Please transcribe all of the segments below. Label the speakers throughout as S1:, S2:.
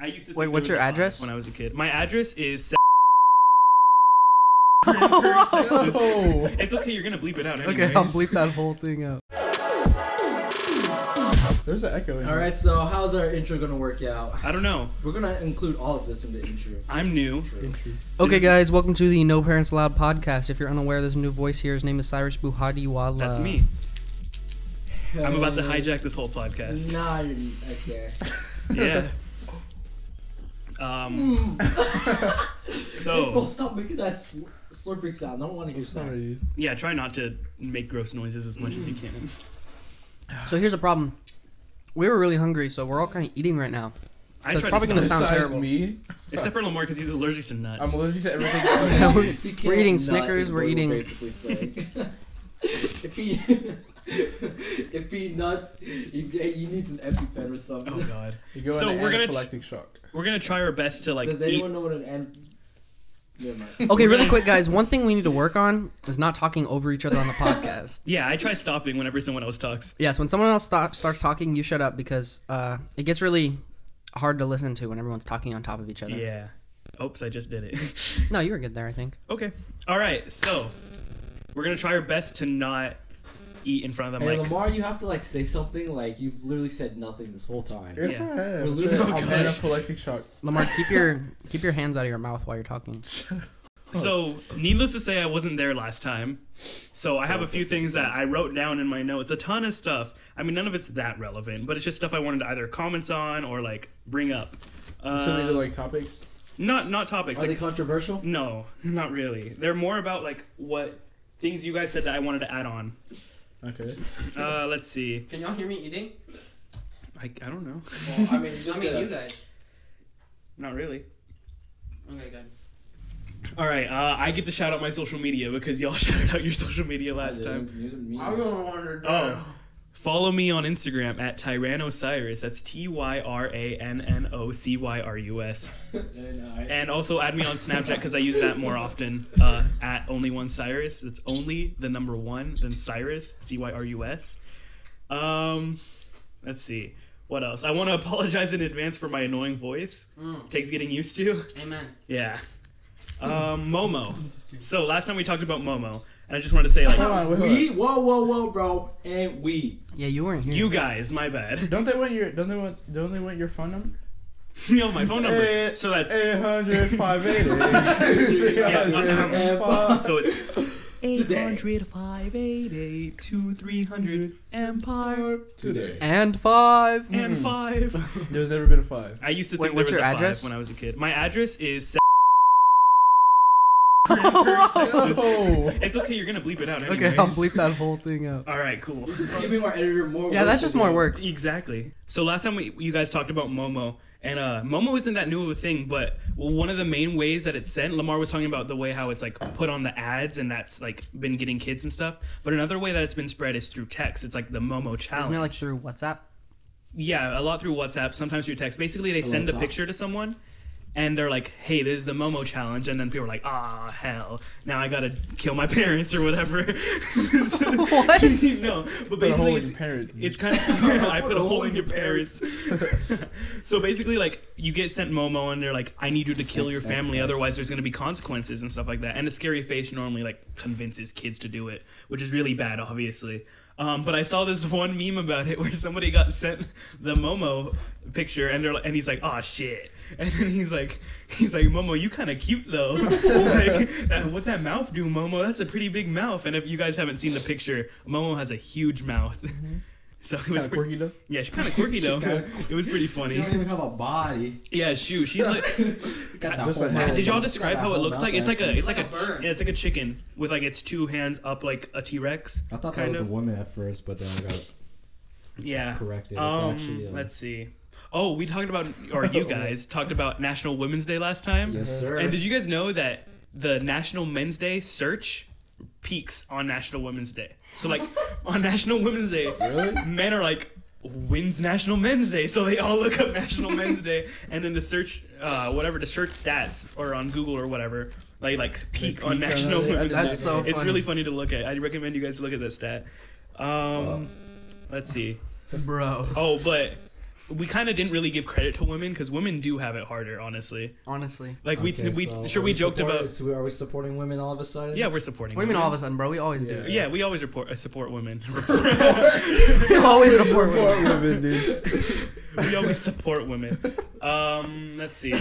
S1: used to.
S2: Wait,
S1: think there
S2: what's
S1: was
S2: your
S1: a five
S2: address?
S1: When I was a kid, my address is. se-
S2: Whoa.
S1: It's okay. You're gonna bleep it out. Anyways.
S2: Oh. Okay, I'll bleep that whole thing out.
S3: There's an echo in
S4: All right, so how's our intro gonna work out?
S1: I don't know.
S4: We're gonna include all of this in the intro.
S1: I'm new.
S2: Okay, guys, welcome to the No Parents Allowed podcast. If you're unaware, there's a new voice here. His name is Cyrus Buhadiwala.
S1: That's me. I'm about to hijack this whole podcast.
S4: Nah, you're, okay.
S1: Yeah. Um.
S4: Well,
S1: so
S4: stop making that sl- slurping sound. I don't want to hear that.
S3: Sorry.
S1: yeah, try not to make gross noises as much as you can.
S2: So here's the problem. We were really hungry, so we're all kind of eating right now.
S1: I
S2: So it's
S1: tried
S2: probably
S1: to
S2: gonna
S1: stop
S2: sound
S3: Besides
S2: terrible.
S3: me,
S1: it, except for Lamar because he's allergic to
S3: I'm
S1: nuts.
S3: allergic to everything. else.
S2: we're
S4: You can't
S2: eating
S4: not is
S2: Snickers,
S4: what
S2: we're eating-
S4: Basically saying. if he if he nuts, he, he needs an EpiPen or something.
S1: oh God.
S3: You go
S1: So
S3: into
S1: we're gonna-
S3: anaphylactic shock.
S1: We're gonna try our best to like
S4: Does
S1: eat.
S4: anyone know what an an? Never mind.
S2: Okay, really quick, guys. One thing we need to work on is not talking over each other on the podcast.
S1: Yeah, I try stopping whenever someone else talks.
S2: Yes, when someone else stop, starts talking, you shut up because uh, it gets really hard to listen to when everyone's talking on top of each other.
S1: Yeah. Oops, I just did it.
S2: No, you were good there, I think.
S1: okay. All right. So we're gonna try our best to not eat in front of the
S4: Hey
S1: mic.
S4: Lamar, you have to like say something. Like you've literally said nothing this whole time.
S3: It's
S1: Yeah.
S3: alright.
S4: We're
S3: it's
S4: literally-
S3: alright.
S1: Oh,
S3: I'm
S1: gosh.
S3: anaphylactic shock.
S2: Lamar, keep your keep your hands out of your mouth while you're talking.
S1: So, needless to say, I wasn't there last time. So, I have a few things that I wrote down in my notes. A ton of stuff. I mean, none of it's that relevant, but it's just stuff I wanted to either comment on or like bring up. Uh,
S3: So these are like topics.
S1: not not topics.
S4: Are they
S1: Like,
S4: controversial?
S1: no, not really. They're more about like what things you guys said that I wanted to add on.
S3: Okay.
S1: Uh, let's see.
S2: Can y'all hear me eating?
S1: I, I don't know.
S4: I mean, you
S2: guys.
S1: Not really.
S2: Okay, good.
S1: All right. Uh, I get to shout out my social media because y'all shouted out your social media last time.
S2: gonna wonder.
S1: Oh. Follow me on Instagram at Tyrannosaurus. That's T Y R A N N O C Y R U S. And also add me on Snapchat because I use that more often. Uh, at only one Cyrus. It's only the number one, then Cyrus, C Y R U S. Um, let's see. What else? I want to apologize in advance for my annoying voice. Takes getting used to.
S2: Amen.
S1: Yeah. Um, Momo. So last time we talked about Momo, and I just wanted to say
S3: Oh. Hold
S1: like
S3: on, wait, hold
S4: We
S3: on.
S4: whoa whoa whoa bro and we
S2: Yeah, you weren't here.
S1: you guys. My bad.
S3: Don't they want your? Don't they want? Don't they want your phone number?
S1: Yo, my phone number.
S3: Eh,
S1: so that's
S3: Eight hundred five eighty.
S1: Yeah, so it's
S4: Today.
S1: 588 to 300 Empire
S3: Today.
S2: and five.
S3: Hmm.
S1: and 5.
S3: There's never been a five.
S1: I used to think
S2: Wait, what's
S1: there was
S2: your
S1: a
S2: address?
S1: 5 when I was a kid. My address is se-
S3: Oh.
S1: It's okay, you're going to bleep it out anyways.
S2: Okay, I'll bleep that whole thing out.
S1: All right, cool.
S4: Just giving our editor more.
S2: Yeah, that's just more work.
S1: Exactly. So last time we, you guys talked about Momo, and uh, Momo isn't that new of a thing, but one of the main ways that it's sent, Lamar was talking about the way how it's like put on the ads, and that's like been getting kids and stuff. But another way that it's been spread is through text. It's like the Momo challenge.
S2: Isn't it like through WhatsApp?
S1: Yeah, a lot through WhatsApp, sometimes through text. Basically, they send a
S4: WhatsApp.
S1: picture to someone and they're like, hey, this is the Momo challenge. And then people are like, ah, hell. Now I gotta kill my parents or whatever. what? no, but
S3: Put a hole
S1: basically,
S3: in
S1: it's,
S3: your parents.
S1: it's kind of. I put a hole in your parents. so basically, like, you get sent Momo and they're like, I need you to kill your family, otherwise, there's gonna be consequences and stuff like that. And a scary face normally, like, convinces kids to do it, which is really bad, obviously. Um, but I saw this one meme about it where somebody got sent the Momo picture and they're like, and he's like, oh shit. And then he's like, he's like, Momo, you kind of cute though. like, that, what that mouth do, Momo? That's a pretty big mouth. And if you guys haven't seen the picture, Momo has a huge mouth. so it was
S3: Kinda
S1: pretty,
S3: quirky though.
S1: yeah, she's kind of quirky though. it was pretty
S4: You
S1: funny.
S4: don't even have a body.
S1: Yeah, shoot, she's like.
S4: You got that
S3: Just
S4: whole
S3: like-
S4: mouth.
S1: Did y'all
S4: You got
S1: describe
S4: that
S1: how it
S4: whole
S1: looks
S4: mouth
S1: like? It's like a,
S4: action.
S1: it's like a,
S2: Like a bird.
S1: yeah, it's like a chicken with like its two hands up like a T Rex.
S5: I thought that
S1: kind
S5: was
S1: of.
S5: a woman at first, but then I got
S1: Yeah.
S5: corrected. It's
S1: Um,
S5: actually a,
S4: uh,
S1: let's see. Oh, we talked about, or you guys talked about National Women's Day last time.
S5: yes, sir.
S1: And did you guys know that the National Men's Day search peaks on National Women's Day? So like on National Women's Day,
S3: Really?
S1: men are like, when's National Men's Day? So they all look up National Men's Day, and then the search, uh, whatever, the search stats or on Google or whatever, they like peak
S3: peak
S1: on
S3: on
S1: National
S3: it.
S1: Women's
S2: That's
S1: Day.
S2: so
S1: It's
S2: funny.
S1: really funny to look at. I recommend you guys look at that stat. Um, let's see.
S2: Bro.
S1: Oh, but we kind of didn't really give credit to women because women do have it harder, honestly.
S2: Honestly,
S1: Like we
S5: Okay,
S1: we
S5: so
S1: sure
S5: are
S1: we joked
S5: support-
S1: about
S5: So are we supporting women all of a sudden?
S1: yeah we're supporting
S2: women all of a sudden, bro. We always do.
S1: Yeah, we always report uh, support women.
S2: we always report women.
S3: Poor women, dude.
S1: we always support women. Um, let's see.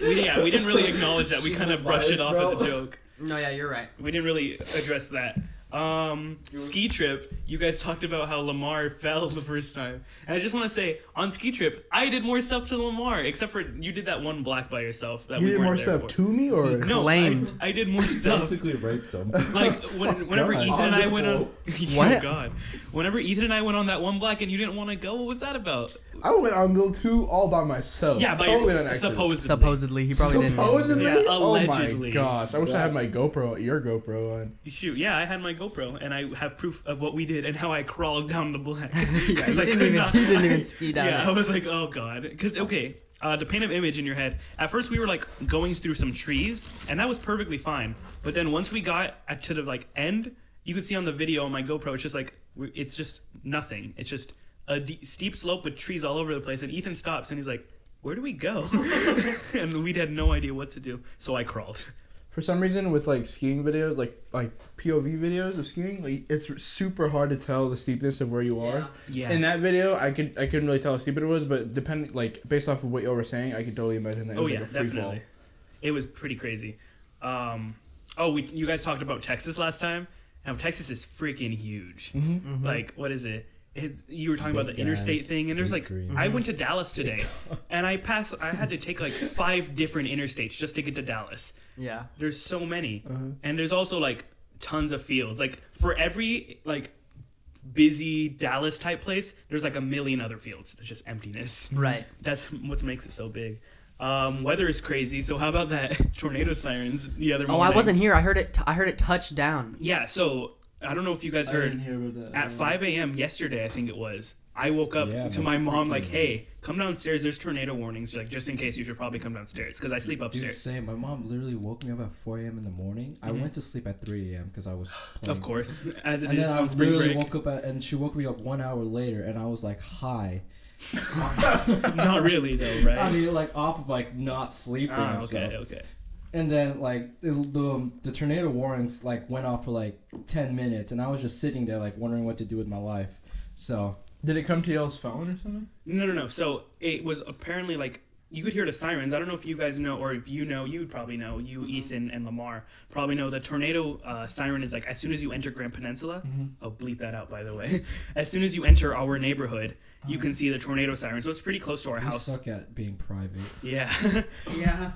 S1: We, yeah, we didn't really acknowledge that. We kind of brushed it off as a joke.
S2: No, yeah, you're right.
S1: We didn't really address that. Um, ski trip. You guys talked about how Lamar fell the first time, and I just want to say on ski trip, I did more stuff to Lamar, except for you did that one black by yourself. That
S3: You
S1: we
S3: did
S1: weren't
S3: more
S1: there
S3: stuff
S1: for.
S3: to me, or
S2: He
S1: No, I,
S2: Claimed.
S1: I did more stuff.
S5: basically raped them.
S1: Like when, whenever
S3: God.
S1: Ethan
S5: On
S1: and
S5: the
S1: I went on, oh
S2: What?
S1: god, whenever Ethan and I went on that one black and you didn't want to go, what was that about?
S3: I went on little two all by myself.
S1: Yeah, but
S3: totally on accident.
S1: supposedly.
S2: Supposedly, he probably
S3: Supposedly,
S1: Yeah,
S3: Oh
S1: allegedly.
S3: my gosh, I wish I
S5: Yeah.
S3: had my GoPro, your GoPro on.
S1: Shoot, yeah, I had my GoPro and I have proof of what we did and how I crawled down the black.
S2: didn't. Yeah,
S1: 'Cause
S2: he
S1: I
S2: didn't
S1: could
S2: even.
S1: not-
S2: He didn't even ski down.
S1: yeah, I
S2: it.
S1: was like, oh god, because okay, uh, to paint an image in your head. At first, we were like going through some trees, and that was perfectly fine. But then once we got at- to the like end, you could see on the video on my GoPro, it's just like we- it's just nothing. It's just a de- steep slope with trees all over the place. And Ethan stops and he's like, "Where do we go?" and we had no idea what to do, so I crawled.
S3: For some reason, with like skiing videos, like like POV videos of skiing, like it's super hard to tell the steepness of where you are.
S1: Yeah.
S3: In that video, I could I couldn't really tell how steep it was, but depending like based off of what y'all were saying, I could totally imagine that. it
S1: Oh
S3: was,
S1: yeah,
S3: like, a free
S1: definitely.
S3: Fall.
S1: It was pretty crazy. Um, oh, we, you guys talked about Texas last time. Now Texas is freaking huge.
S3: Mm-hmm,
S1: Like, what is it? It- you were talking about the
S5: Big
S1: interstate
S5: guys,
S1: thing, and there's
S5: big
S1: like,
S5: trees.
S1: I went to Dallas today, and I passed. I had to take like five different interstates just to get to Dallas.
S2: Yeah.
S1: There's so many,
S3: Uh-huh.
S1: and there's also like tons of fields. Like for every like busy Dallas type place, there's like a million other fields. It's just emptiness.
S2: Right.
S1: That's what makes it so big. Um, weather is crazy. So how about that tornado sirens the other
S2: Oh,
S1: morning?
S2: I wasn't here. I heard it. I heard it touch down.
S1: Yeah. So I don't know if you guys
S4: I didn't
S1: heard.
S4: hear about that.
S1: At 5 a.m. yesterday, I think it was. I woke up
S5: Yeah,
S1: to
S5: man,
S1: my mom
S5: freaking-
S1: like, "Hey, come downstairs. There's tornado warnings. Like, just in case, you should probably come downstairs because I sleep
S5: Dude,
S1: upstairs." Mm-hmm.
S5: same. My mom literally woke me up at 4 a.m. in the morning. I went to sleep at 3 a.m. because I was playing.
S1: Of course, as it
S5: And
S1: is
S5: then I
S1: on spring
S5: literally
S1: break.
S5: woke up at, and she woke me up one hour later, and I was like high.
S1: Not really though, right?
S5: I mean, like off of like not sleeping.
S1: Ah,
S5: and stuff.
S1: okay, okay.
S5: And then like the, the the tornado warnings like went off for like 10 minutes, and I was just sitting there like wondering what to do with my life. So
S3: Did it come to y'all's phone or something?
S1: No, no, no. So it was apparently like you could hear the sirens. I don't know if you guys know, or if you know, you would probably know. You, Ethan, and Lamar probably know the tornado uh, siren is like as soon as you enter Grand Peninsula.
S3: Mm-hmm.
S1: I'll bleep that out, by the way. As soon as you enter our neighborhood, you can see the tornado siren. So it's pretty close to our
S5: I
S1: house.
S5: suck at being private.
S1: Yeah.
S4: Yeah.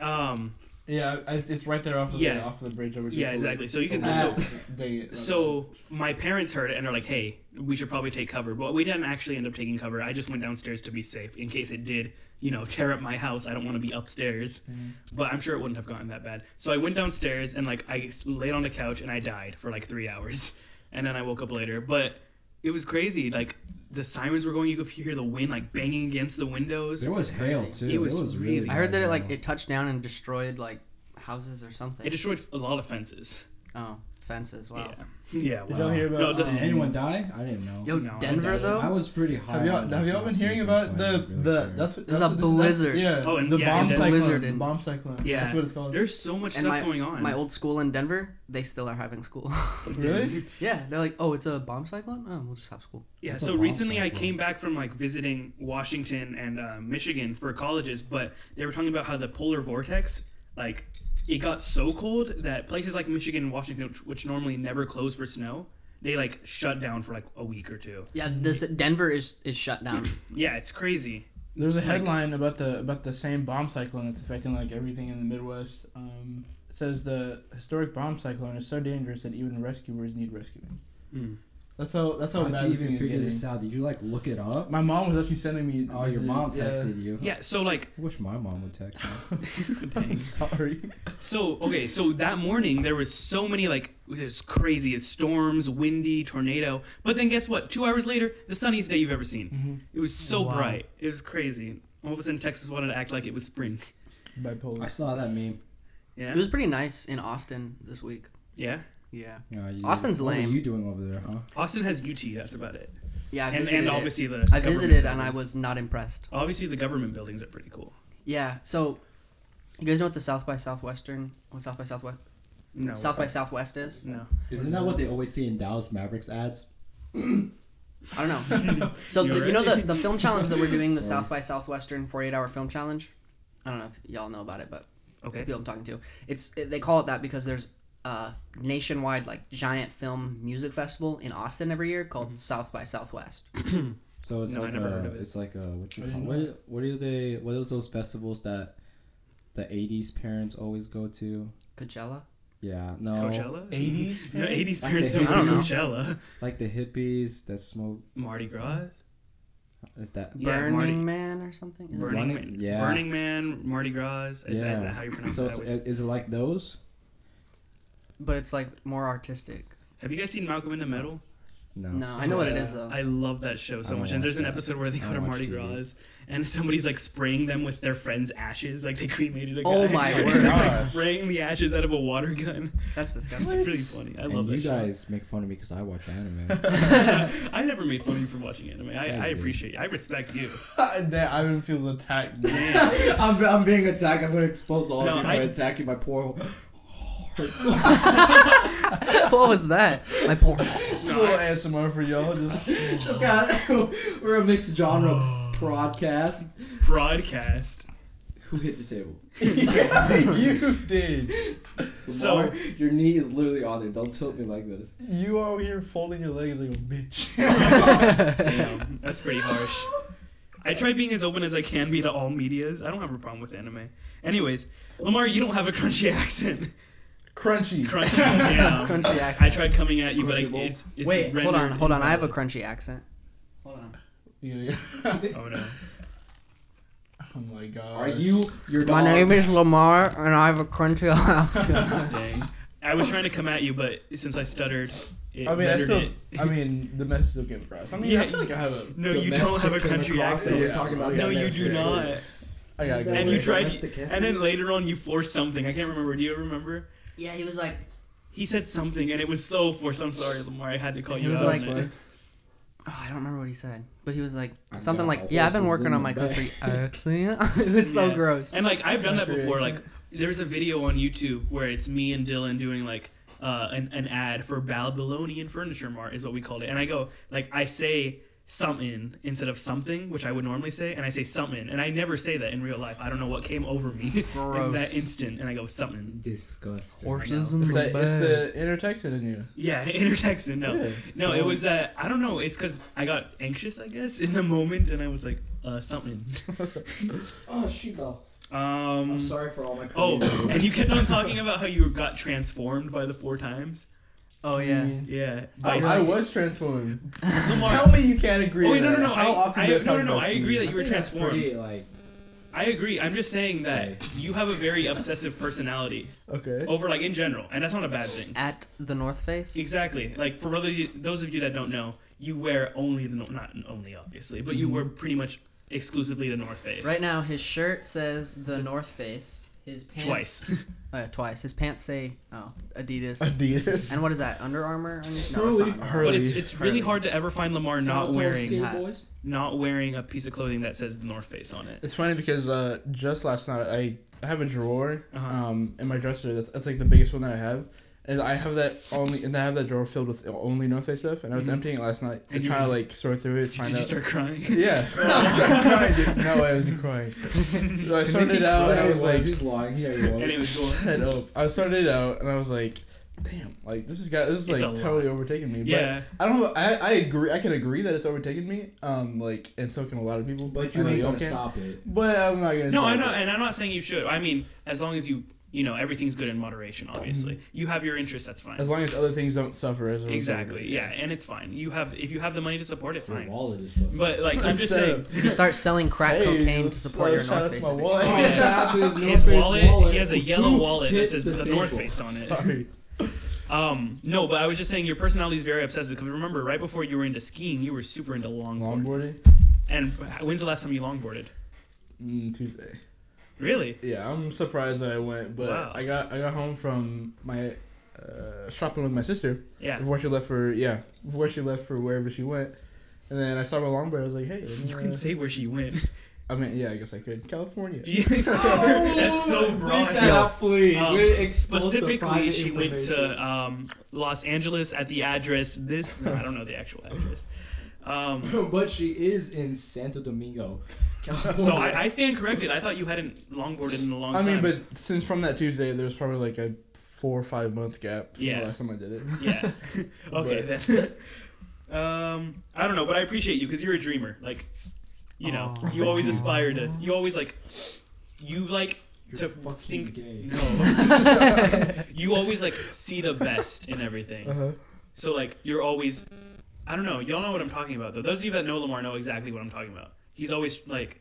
S1: um.
S3: Yeah, it's right there off
S1: of the- Yeah.
S3: off the bridge over.
S1: Yeah. Exactly. So you can. So
S4: Ah.
S3: uh,
S1: So my parents heard it and they're like, "Hey, we should probably take cover." But we didn't actually end up taking cover. I just went downstairs to be safe in case it did, you know, tear up my house. I don't want to be upstairs. But I'm sure it wouldn't have gotten that bad. So I went downstairs and like I s- laid on the couch and I died for like 3 hours. And then I woke up later, but it was crazy. Like the sirens were going, you could hear the wind like banging against the windows.
S5: There was hail too.
S1: It was
S5: it was
S1: really-
S5: really.
S2: I heard that it like
S5: bad.
S2: it touched down and destroyed like houses or something.
S1: It destroyed a lot of fences.
S2: oh, fences. Wow.
S1: Yeah. Yeah,
S3: Did y'all
S1: wow.
S3: hear about?
S1: No,
S5: Did
S1: the-
S5: anyone die? I didn't know.
S2: Yo,
S1: No, I
S2: Denver
S1: doubt it.
S2: though.
S5: I was pretty high.
S3: Have y'all,
S5: on,
S3: have
S5: like,
S3: y'all been
S5: last
S3: hearing
S5: week, so
S3: about
S5: I
S3: the
S5: didn't really
S3: the
S5: care.
S3: that's
S2: There's
S3: that's
S2: a
S3: what this is- that's-
S2: blizzard.
S3: Yeah.
S1: Oh, and
S3: the
S1: yeah,
S3: bomb
S1: and a
S3: cyclone.
S2: blizzard in-
S3: bomb cyclone.
S2: Yeah.
S3: That's what it's called.
S1: There's so much
S2: and
S1: stuff
S2: my,
S1: going on.
S2: my old school in Denver, they still are having school.
S3: Really?
S2: yeah, they're like, oh, it's a bomb cyclone. Oh, we'll just have school.
S1: Yeah,
S5: That's a
S1: so
S5: long
S1: recently I
S5: cycle.
S1: came back from like visiting Washington and uh, Michigan for colleges, but they were talking about how the polar vortex, like, it got so cold that places like Michigan and Washington, which, which normally never close for snow, they like shut down for like a week or two.
S2: Yeah, this Denver is is shut down.
S1: Yeah, it's crazy.
S3: There's a headline about the about the same bomb cyclone that's affecting like everything in the Midwest. Um, it says the historic bomb cyclone is so dangerous that even rescuers need rescuing.
S1: Hmm.
S3: That's how that's how
S5: How'd
S3: bad
S5: you
S3: this
S5: even
S3: thing is
S5: figure
S3: getting.
S5: this out? Did you like look it up?
S3: My mom was actually sending me.
S5: Oh, your mom
S3: messages,
S5: texted you.
S1: Yeah, so like,
S5: I wish my mom would text me.
S3: Yeah.
S1: dang.
S3: Sorry.
S1: So okay, so that morning there was so many like it's crazy. It's storms, windy, tornado. But then guess what? Two hours later, the sunniest day you've ever seen. It was so
S2: Wow.
S1: bright. It was crazy. All of a sudden, Texas wanted to act like it was spring.
S5: I
S3: Bipolar.
S5: saw that meme.
S1: Yeah,
S2: It was pretty nice in Austin this week.
S1: yeah.
S2: Yeah.
S5: Yeah, Uh, you-
S2: Austin's
S5: what
S2: lame.
S5: What are you doing over there, huh?
S1: Austin has UT. That's about it.
S2: Yeah, I
S1: and,
S2: visited.
S1: and
S2: it.
S1: obviously the
S2: I
S1: government
S2: visited and I
S1: buildings.
S2: was not impressed.
S1: obviously the government buildings are pretty cool.
S2: Yeah, so you guys know what the South by Southwestern, what South by Southwest,
S1: No,
S2: South by Southwest is?
S1: no.
S5: Isn't that what they always see in Dallas Mavericks ads?
S2: I don't know. so
S1: You
S2: the, you know
S1: alright?
S2: the, the film challenge that we're doing, the South by Southwestern 48 hour film challenge. I don't know if y'all know about it, but the
S1: Okay.
S2: people I'm talking to, it's it, they call it that because there's a nationwide like giant film music festival in Austin every year called
S1: Mm-hmm.
S2: South by Southwest.
S5: So it's
S1: No, I
S5: like
S1: never
S5: a,
S1: heard of it.
S5: it's like a what you
S3: I
S5: call
S3: didn't
S5: what what are they what are those festivals that the '80s parents always go to?
S2: Coachella.
S5: Yeah, no,
S1: Coachella.
S3: 80s?
S1: No, eighties
S5: Like
S1: parents
S5: the
S1: don't go to
S2: hippies.
S1: Coachella.
S5: like the hippies that smoke.
S1: Mardi Gras.
S5: Is that
S1: Yeah,
S2: Burning
S1: Mardi-
S2: Man or something. Is it-
S1: Burning
S5: Running-
S1: Man.
S5: yeah.
S1: Burning Man. Mardi Gras. Is, that- is
S5: Yeah.
S1: that how you pronounce
S5: so?
S1: it? I
S5: It's,
S1: was-
S5: is it like those?
S2: But it's like more artistic.
S1: Have you guys seen Malcolm in the Middle?
S5: No.
S2: No, I know what it
S3: Yeah.
S2: is though.
S1: I love that show so
S5: don't
S1: much. And there's
S5: Oh. watch
S1: an
S5: that.
S1: episode where they
S5: I
S1: go to
S5: don't watch
S1: Mardi
S5: TV.
S1: Gras and somebody's like spraying them with their friend's ashes. Like they cremated a guy.
S2: Oh my
S1: And they're, like
S3: gosh.
S1: spraying the ashes out of a water gun.
S2: That's
S1: It's
S2: disgusting.
S1: pretty funny. I
S5: and
S1: love
S5: you
S1: that show.
S5: guys make fun of me because I watch anime.
S1: I never made fun of you for watching anime. I,
S5: Yeah,
S1: I
S5: you did.
S1: appreciate you. I respect you.
S3: that Ivan feels attacked.
S5: I'm, I'm being attacked. I'm gonna expose all
S1: No,
S5: of you
S1: I-
S5: by attacking my poor. hearts.
S2: what was that? My poor.
S3: Little ASMR for y'all. Just,
S5: Just got we're a mixed genre podcast.
S1: Broadcast.
S5: Who hit the table?
S3: you did.
S1: So-
S5: Lamar, your knee is literally on it. Don't tilt me like this.
S3: You are over here folding your legs like a bitch.
S1: Damn, that's pretty harsh. I try being as open as I can be to all medias. I don't have a problem with anime. Anyways, Lamar, you don't have a crunchy accent.
S3: Crunchy.
S1: Crunchy. Yeah.
S2: Crunchy
S1: I
S2: accent.
S1: tried coming at you, but I,
S5: Crunchy bowl.
S1: it's, it's
S2: Wait, hold on,
S1: rendered
S2: hold on. I have a
S1: invalid.
S2: crunchy accent. Hold on.
S3: Yeah.
S1: Oh no.
S3: oh my god.
S5: Are you your
S2: My
S5: dog?
S2: name is Lamar, and I have a crunchy accent.
S1: Dang. I was trying to come at you, but since I stuttered, it
S3: I mean, I
S1: rendered
S3: still.
S1: it.
S3: I mean, the message still came across. I mean,
S1: Yeah,
S3: I feel like I have a.
S1: No, you don't have a
S5: Domestic
S1: country
S5: across,
S1: accent.
S5: so we're
S3: Yeah.
S5: talking about
S1: No, you do
S5: domestic.
S1: not.
S3: I gotta
S5: Is
S3: go.
S5: that
S1: And
S5: what
S1: you
S5: it is?
S1: tried,
S5: Domestic
S1: and then later on you forced something. I can't remember. Do you remember?
S2: yeah, he was like,
S1: He said something, and it was so forced. I'm sorry, Lamar. I had to call
S2: He
S1: you
S2: was
S1: out.
S2: like-
S1: on it.
S2: oh, I don't remember what he said, but he was like
S5: I've
S2: something
S5: got
S2: like, yeah, I've been
S5: horses in
S2: working on
S5: my
S2: my
S5: back."
S2: country accent. it was so
S1: Yeah.
S2: gross.
S1: And like I've done that
S3: Country
S1: before. Like
S3: accent.
S1: there's a video on YouTube where it's me and Dylan doing like uh, an an ad for Babylonian Furniture Mart is what we called it. And I go like I say something instead of something, which I would normally say, and I say something, and I never say that in real life. I don't know what came over me in that
S2: Gross.
S1: instant, and I go something.
S5: Disgusting.
S2: Horses in
S3: It's,
S2: the
S3: that, it's
S2: bed.
S3: the inner Texan in you.
S1: Yeah, intertexting. No,
S3: Yeah.
S1: no, it was uh, I don't know. It's because I got anxious, I guess, in the moment, and I was like uh, something.
S4: Oh, shoot, though.
S1: Um,
S4: I'm sorry for all my
S1: Oh,
S4: Korean
S1: and you kept on talking about how you got transformed by the four times.
S2: Oh yeah.
S3: Mm.
S1: Yeah.
S4: Oh,
S3: I,
S1: by
S3: I
S1: six.
S3: was transformed.
S1: Lamar-
S3: Tell me you can't agree.
S1: Oh,
S3: to
S1: wait, no,
S3: that.
S1: no, no.
S3: How
S1: I,
S3: often
S1: I,
S3: do
S1: no,
S3: talk
S1: no, no.
S3: about
S1: I
S3: Steve?
S1: agree that you were
S5: I think that's
S1: transformed.
S5: pretty, like
S1: I agree. I'm just saying that you have a very obsessive personality
S3: Okay.
S1: over, like, in general, and that's not a bad thing.
S2: At the North Face.
S1: Exactly. Like, for those of you, those of you that don't know, you wear only the, Nor- not only, obviously, but
S4: Mm-hmm.
S1: you wear pretty much exclusively the North Face.
S2: Right now, his shirt says the North Face. His pants.
S1: Twice.
S2: Oh, yeah, twice. His pants say oh Adidas.
S3: Adidas.
S2: And what is that? Under Armour? No, it's not
S3: Hurley.
S2: Under Armour.
S1: But
S3: Hurley.
S1: it's, it's really hard to ever find Lamar not
S4: California
S1: wearing
S4: State
S2: hat.
S4: Boys.
S1: not wearing a piece of clothing that says the North Face on it.
S3: It's funny because uh, just last night I, I have a drawer
S1: Uh-huh.
S3: um in my dresser that's that's like the biggest one that I have, and I have that only and I have that drawer filled with only North Face stuff, and I was
S1: Mhm.
S3: emptying it last night and,
S1: And you-
S3: trying to like sort through it,
S1: Did
S3: find
S1: you
S3: out.
S1: start crying?
S3: yeah, I started crying, dude. no, I wasn't crying. So I sorted it out and I was like,
S5: he's lying. He already was.
S1: and it was going.
S3: shut up. I sorted it out and I was like, damn, like this is got this is
S1: It's
S3: like
S1: a lot.
S3: totally overtaking me. But
S1: Yeah.
S3: I don't know. I, I agree. I can agree that it's overtaken me. Um, like and so can a lot of people.
S5: but
S3: I
S5: you
S3: know
S5: ain't
S3: y'all
S5: gonna
S3: can.
S5: stop it.
S3: But I'm not gonna.
S1: No,
S3: stop
S1: I know,
S3: it.
S1: and I'm not saying you should. I mean, as long as you, you know, everything's good in moderation. Obviously, you have your interests. That's fine.
S3: As long as other things don't suffer as a result.
S1: Exactly. Yeah, and it's fine. You have if you have the money to support it,
S5: Your
S1: fine.
S5: wallet is so.
S1: But like I'm just saying,
S3: Shut
S2: You can start selling crack
S3: Hey,
S2: cocaine to
S3: let's-
S2: support your
S3: let's shout
S2: North
S3: out
S2: Face.
S3: to my
S2: image.
S3: wallet.
S5: Oh, shout out to
S1: his
S5: North Face
S1: wallet, he has a yellow
S5: Who
S1: wallet that
S5: hit
S1: says
S5: the
S1: the North
S5: table?
S1: Face on it.
S3: Sorry.
S1: Um, no, but I was just saying your personality is very obsessive. Because remember, right before you were into skiing, you were super into longboard.
S3: Longboarding?
S1: And when's the last time you longboarded?
S3: Mm, Tuesday.
S1: Really?
S3: Yeah, I'm surprised that I went, but
S1: Wow.
S3: I got I got home from my uh, shopping with my sister
S1: Yeah.
S3: before she left for yeah before she left for wherever she went, And then I saw Longboard. I was like, hey.
S1: You
S3: uh,
S1: can say where she went.
S3: I mean, yeah, I guess I could. California.
S1: That's so broad.
S4: Leave that out, please.
S1: Um,
S4: We're exposed to
S1: Specifically,
S4: private
S1: she went
S4: information.
S1: to um, Los Angeles at the address this. no, I don't know the actual address. Um,
S5: but she is in Santo Domingo.
S1: so I, I stand corrected. I thought you hadn't longboarded in a long
S3: I
S1: time.
S3: mean, but since from that Tuesday, there was probably like a four or five month gap from
S1: Yeah.
S3: the last time I did it.
S1: yeah. okay then. um, I don't know, but I appreciate you because you're a dreamer. Like, you know,
S2: Aw,
S1: you
S2: thank
S1: always
S2: you.
S1: aspire to. You always like. You like to
S5: fucking
S1: think.
S5: gay.
S1: No. you always like see the best in everything.
S3: Uh-huh.
S1: So like you're always, I don't know. Y'all know what I'm talking about though. Those of you that know Lamar know exactly what I'm talking about. He's always like,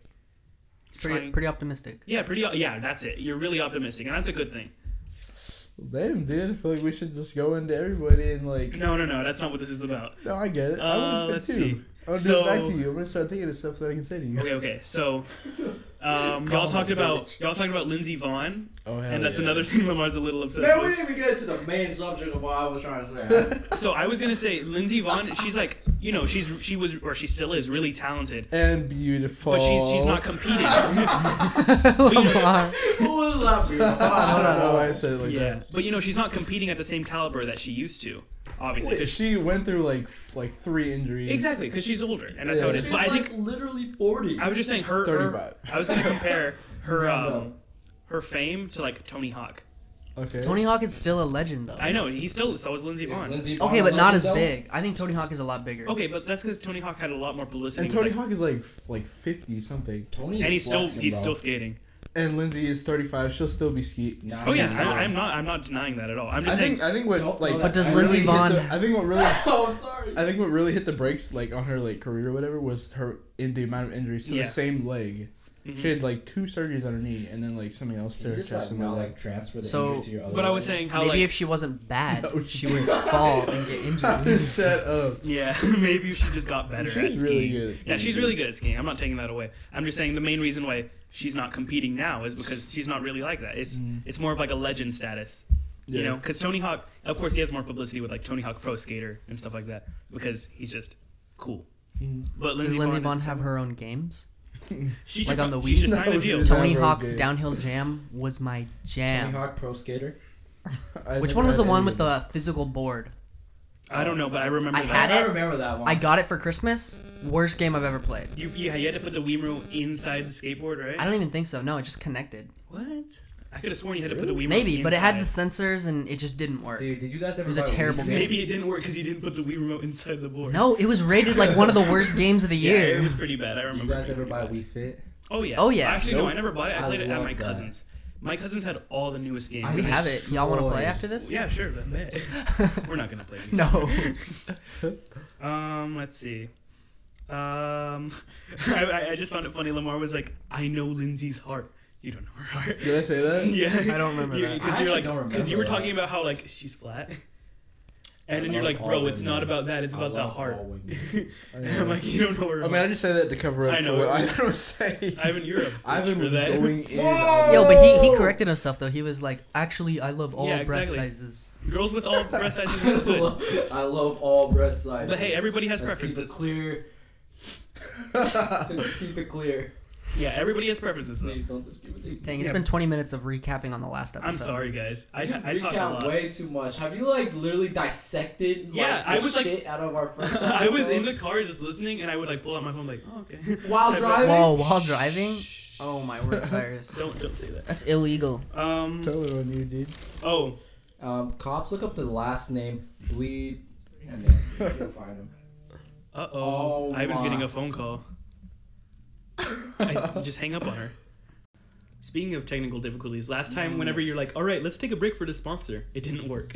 S2: Pretty,
S1: trying-
S2: pretty optimistic.
S1: yeah, pretty, yeah, that's it. You're really optimistic, and that's a good thing.
S3: Damn, dude. I feel like we should just go into everybody and like.
S1: No, no, no, that's not what this is about.
S3: No, I get it. I
S1: Uh,
S3: would
S1: let's
S3: too.
S1: see.
S3: I'm gonna
S1: So-
S3: do it back to you. I'm gonna start thinking of stuff that I can say to you.
S1: Okay, okay. So, um, y'all talked about y'all talked about Lindsey Vaughn,
S3: Oh,
S1: and that's another thing Lamar's a little obsessed
S4: Man, we
S1: with.
S4: didn't even get to the main subject of what I was trying to say.
S1: So I was gonna say Lindsey Vaughn. She's like, you know, she's she was or she still is really talented,
S3: And beautiful.
S1: but she's she's not competing.
S2: Lamar.
S4: Who was laughing?
S3: I don't know why I
S4: I
S3: said it like
S1: yeah,
S3: that.
S1: but you know, she's not competing at the same caliber that she used to. Obviously,
S3: Wait,
S1: 'cause
S3: she went through like f- like three injuries.
S1: Exactly, because she's older, and that's how it
S3: Yeah.
S1: is. But I think
S4: literally 40.
S1: I was just saying her. her-
S3: 35.
S1: I was gonna compare her
S4: Round
S1: um, her fame to like Tony Hawk.
S3: Okay.
S2: Tony Hawk is still a legend, though.
S1: I know he still so is Lindsey Vaughn.
S2: Okay, but not as big. I think Tony Hawk is a lot bigger.
S1: okay, but that's because Tony Hawk had a lot more publicity.
S3: And Tony
S1: like-
S3: Hawk is like f- like fifty something,
S5: Tony
S1: and
S5: is
S1: he's still
S5: flexing,
S1: he's
S5: bro.
S1: still skating.
S3: and Lindsay is thirty five. She'll still be ski.
S5: Nah,
S1: Oh yeah,
S5: she's not.
S1: I, I'm not I'm not denying that at all. I'm
S3: I
S1: just saying
S3: think I think what
S5: Don't
S3: like.
S5: know that. But
S2: does
S3: I
S2: Lindsey
S3: hit
S2: Vaughn-
S3: The, I think what really
S4: oh, I'm sorry.
S3: I think what really hit the brakes like on her like career or whatever was her in the amount of injuries to
S1: Yeah.
S3: the same leg.
S1: Mhm.
S3: She had like two surgeries on her knee and then like something else to
S5: You
S3: her
S5: just
S3: chest
S5: like,
S3: and my
S5: not
S3: leg.
S5: like transfer the
S2: So-
S5: injury to your other.
S1: but I
S5: leg.
S1: was saying how
S2: Maybe
S1: like
S2: if she wasn't bad,
S3: No,
S2: she would fall and get injured.
S3: Shut up.
S1: yeah maybe she just got better. at
S3: She's really
S1: skiing.
S3: good. at
S1: Yeah,
S3: skiing,
S1: she's
S3: dude.
S1: really good at skiing. I'm not taking that away. I'm just saying the main reason why she's not competing now is because she's not really like that. It's
S5: Mm.
S1: it's more of like a legend status. You
S3: Yeah.
S1: know, because Tony Hawk, of course, he has more publicity with like Tony Hawk Pro Skater and stuff like that because he's just cool.
S5: Mm-hmm.
S3: Mhm.
S1: But
S2: Does
S1: Lindsey,
S2: Lindsey
S1: Vaughn,
S2: Vaughn
S1: is the
S2: have
S1: same.
S2: her own games?
S1: She should,
S2: like, on the
S1: She
S2: Wii?
S1: should sign
S3: No,
S1: a
S3: she
S1: deal.
S3: doesn't.
S2: Tony
S3: her own
S2: Hawk's
S3: game.
S2: downhill jam was my
S5: Tony
S2: jam.
S5: Hawk pro skater.
S3: I
S2: Which
S3: never
S2: one was the
S3: had
S2: one
S3: any
S2: with
S3: of
S2: the physical board?
S1: I don't know, but I remember
S2: I
S1: that.
S2: had
S4: I
S2: it.
S4: remember that one.
S2: I got it for Christmas. Worst game I've ever played.
S1: You, yeah, you had to put the Wii remote inside the skateboard, right?
S2: I don't even think so. No, it just connected.
S1: what? I could have sworn you had to put the Wii remote
S2: Maybe, but it had the
S1: inside.
S2: sensors and it just didn't work.
S5: Dude, did you guys ever?
S2: It was a
S5: buy Wii
S2: terrible
S5: Fit?
S2: game.
S1: Maybe it didn't work because you didn't put the Wii remote inside the board.
S2: No, it was rated like one of the worst games of the
S1: Yeah,
S2: year.
S1: it was pretty bad.
S5: Did
S1: I
S5: you
S1: remember.
S5: guys
S1: it
S5: ever
S1: being pretty
S5: buy
S1: bad.
S5: Wii Fit?
S1: Oh yeah.
S2: Oh, yeah.
S1: Actually, no,
S5: Nope.
S1: I never bought it. I
S5: I
S1: played it at
S5: love
S1: my
S5: that.
S1: cousins. My cousins had all the newest games.
S5: I
S2: we
S1: And
S2: have it. Y'all want to play
S5: destroyed.
S2: after this?
S1: Yeah, sure. I bet. We're not gonna play these.
S2: No.
S1: Um, let's see. Um, I, I- I just found it funny. Lamar was like, "I know Lindsay's heart. You don't know her heart."
S3: Did I say that?
S1: yeah,
S2: I don't remember that.
S1: Because
S5: I
S1: you're
S5: actually don't
S1: like, because you were
S5: remember
S1: talking
S5: that.
S1: about how like she's flat, and then you're
S5: love
S1: like, "Bro,
S5: all
S1: it's not
S5: women.
S1: about that. It's
S5: I
S1: about the
S5: love
S1: heart."
S5: all women.
S3: I
S1: And I'm
S3: know.
S1: like, "You don't know her."
S3: I mean, I
S1: heart.
S3: just said that to cover up
S1: I know,
S3: for what
S1: it
S3: I was saying.
S1: Ivan, you're a bitch
S3: Ivan
S1: for
S3: was
S1: that.
S3: going in.
S2: Yo, but he, he corrected himself though. He was like, actually, I love all
S1: Yeah,
S2: breast
S1: exactly.
S2: sizes.
S1: Girls with all breast sizes
S4: I
S1: is good,
S4: love- I love all breast sizes.
S1: but hey, everybody has
S4: Let's keep it
S1: preferences.
S4: clear. Let's keep it clear.
S1: Yeah, everybody has preferences. Though.
S4: Please don't discriminate.
S2: Dang, it's
S1: Yeah.
S2: been 20 minutes of recapping on the last episode.
S1: I'm sorry, guys. I
S4: You
S1: I talk a
S4: recount
S1: lot.
S4: way too much. Have you like literally dissected like,
S1: Yeah,
S4: the
S1: I was, like-
S4: shit out of our first episode?
S1: I was in the car just listening, and I would like pull out my phone, like, "Oh, okay."
S4: While
S1: Type it.
S4: driving?
S2: Whoa, while driving? Oh my word, Cyrus.
S1: Don't don't say that.
S2: That's illegal.
S1: Um.
S3: Tell it on you, dude.
S1: Oh,
S5: Um, cops look up the last name. We. And then you'll find him.
S1: uh oh.
S4: Oh,
S1: Ivan's
S4: my.
S1: getting a phone call. I just hang up on her. Speaking of technical difficulties, last
S4: Mm.
S1: time, whenever you're like, all right, let's take a break for the sponsor, it didn't work.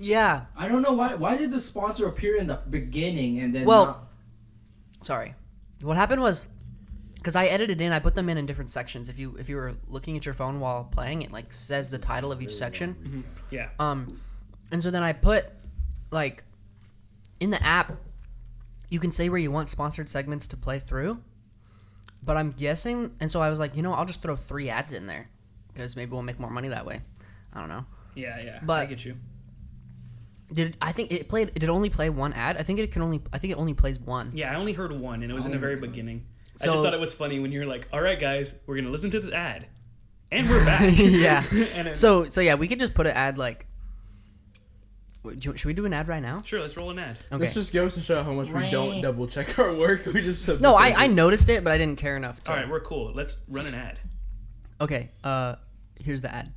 S2: Yeah.
S4: I don't know why. Why did the sponsor appear in the beginning and then?
S2: Well,
S4: not-
S2: Sorry. What happened was because I edited in, I put them in in different sections. If you if you were looking at your phone while playing, it like says the title of each section.
S1: Yeah.
S2: Um, and so then I put like in the app, you can say where you want sponsored segments to play through. But I'm guessing, and so I was like, you know, I'll just throw three ads in there because maybe we'll make more money that way. I don't know.
S1: Yeah, yeah. I
S2: But-
S1: get you.
S2: Did I think it played? Did it only play one ad? I think it can only. I think it only plays one.
S1: Yeah, I only heard one, and it was
S4: Oh
S1: in the very beginning. I just
S2: So-
S1: thought it was funny when you're like, "All right, guys, we're gonna listen to this ad, and we're back."
S2: Yeah.
S1: and it,
S2: So so yeah, we could just put an ad like. Wait, do you- should we do an ad right now?
S1: sure, let's roll an ad.
S2: Okay.
S3: This just goes to show how much we don't double check our work. We just submit
S2: No, I,
S3: things.
S2: I noticed it, but I didn't care enough. To.
S1: All right, we're cool. Let's run an ad.
S2: Okay. Uh, here's the ad.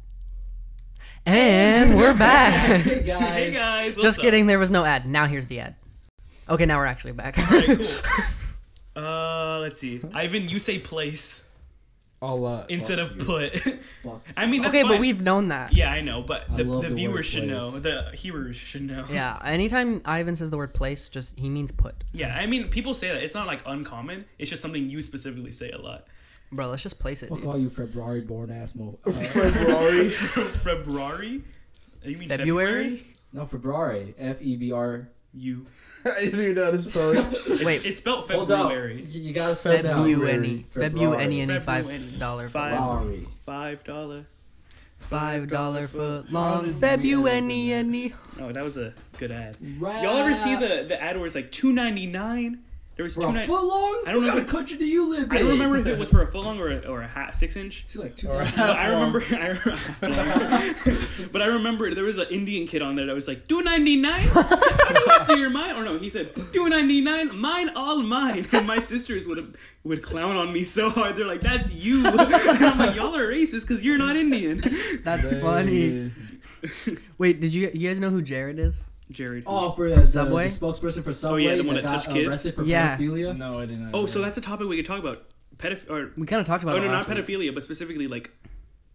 S2: And we're back.
S6: Hey guys.
S1: Hey guys, what's
S2: Just
S1: up?
S2: kidding. There was no ad. Now here's the ad. Okay, now we're actually back.
S1: All right, cool. Uh, let's see. Ivan, you say place
S3: I'll, uh,
S1: instead of put.
S6: Fuck.
S1: I mean, that's
S2: okay, but
S1: fine.
S2: we've known that.
S1: Yeah, I know, but the,
S4: love
S1: the,
S4: the
S1: viewers
S4: word
S1: should
S4: place.
S1: know. The hearers should know.
S2: Yeah. Anytime Ivan says the word place, just he means put.
S1: Yeah, I mean, people say that. It's not like uncommon. It's just something you specifically say a lot.
S2: Bro, let's just place it.
S4: Fuck
S2: Dude.
S4: all you February born ass mo. uh,
S3: February.
S1: February? You mean
S2: February?
S1: February?
S4: no, February. F E B R.
S1: You.
S3: I didn't even know how to spell it.
S1: It's,
S2: Wait.
S1: it's spelled
S6: Hold up. You,
S1: February.
S6: you gotta slow down.
S2: February. February. Any five dollar
S1: Five.
S2: foot long.
S4: February.
S1: Five dollar.
S2: Five dollar foot
S6: How
S2: long.
S6: did we
S2: February. Any.
S1: Oh, that was a good ad. Y'all ever see the the ad where it's like two ninety nine? There was two
S6: Bro,
S1: ninety.
S6: foot long?
S1: I don't
S6: what
S1: know
S6: kind
S1: if
S6: of country do you live in?
S1: I don't remember if it was for a foot long or a, or a half six inch.
S4: It's like two.
S3: Alright.
S1: But I
S3: Half long.
S1: remember, I remember but I remember there was an Indian kid on there that was like, "Do ninety nine, your mine." Or no, he said, "Do ninety nine, mine, all mine." And my sisters would would clown on me so hard. They're like, "That's you." And I'm like, "Y'all are racist because you're not Indian."
S2: That's funny. Wait, did you you guys know who Jared is?
S1: Jared.
S4: Oh, for
S2: From
S4: the,
S2: Subway?
S4: Subway? the spokesperson for
S1: Oh,
S4: Subway.
S1: yeah, the one that
S4: got uh,
S1: touched kids?
S4: Arrested for
S2: Yeah.
S4: pedophilia.
S3: No, I didn't.
S1: Oh, so that's a topic we could talk about. Pedoph- or
S2: We kind of talked about.
S1: oh
S2: it
S1: no, not
S2: last week.
S1: pedophilia, but specifically like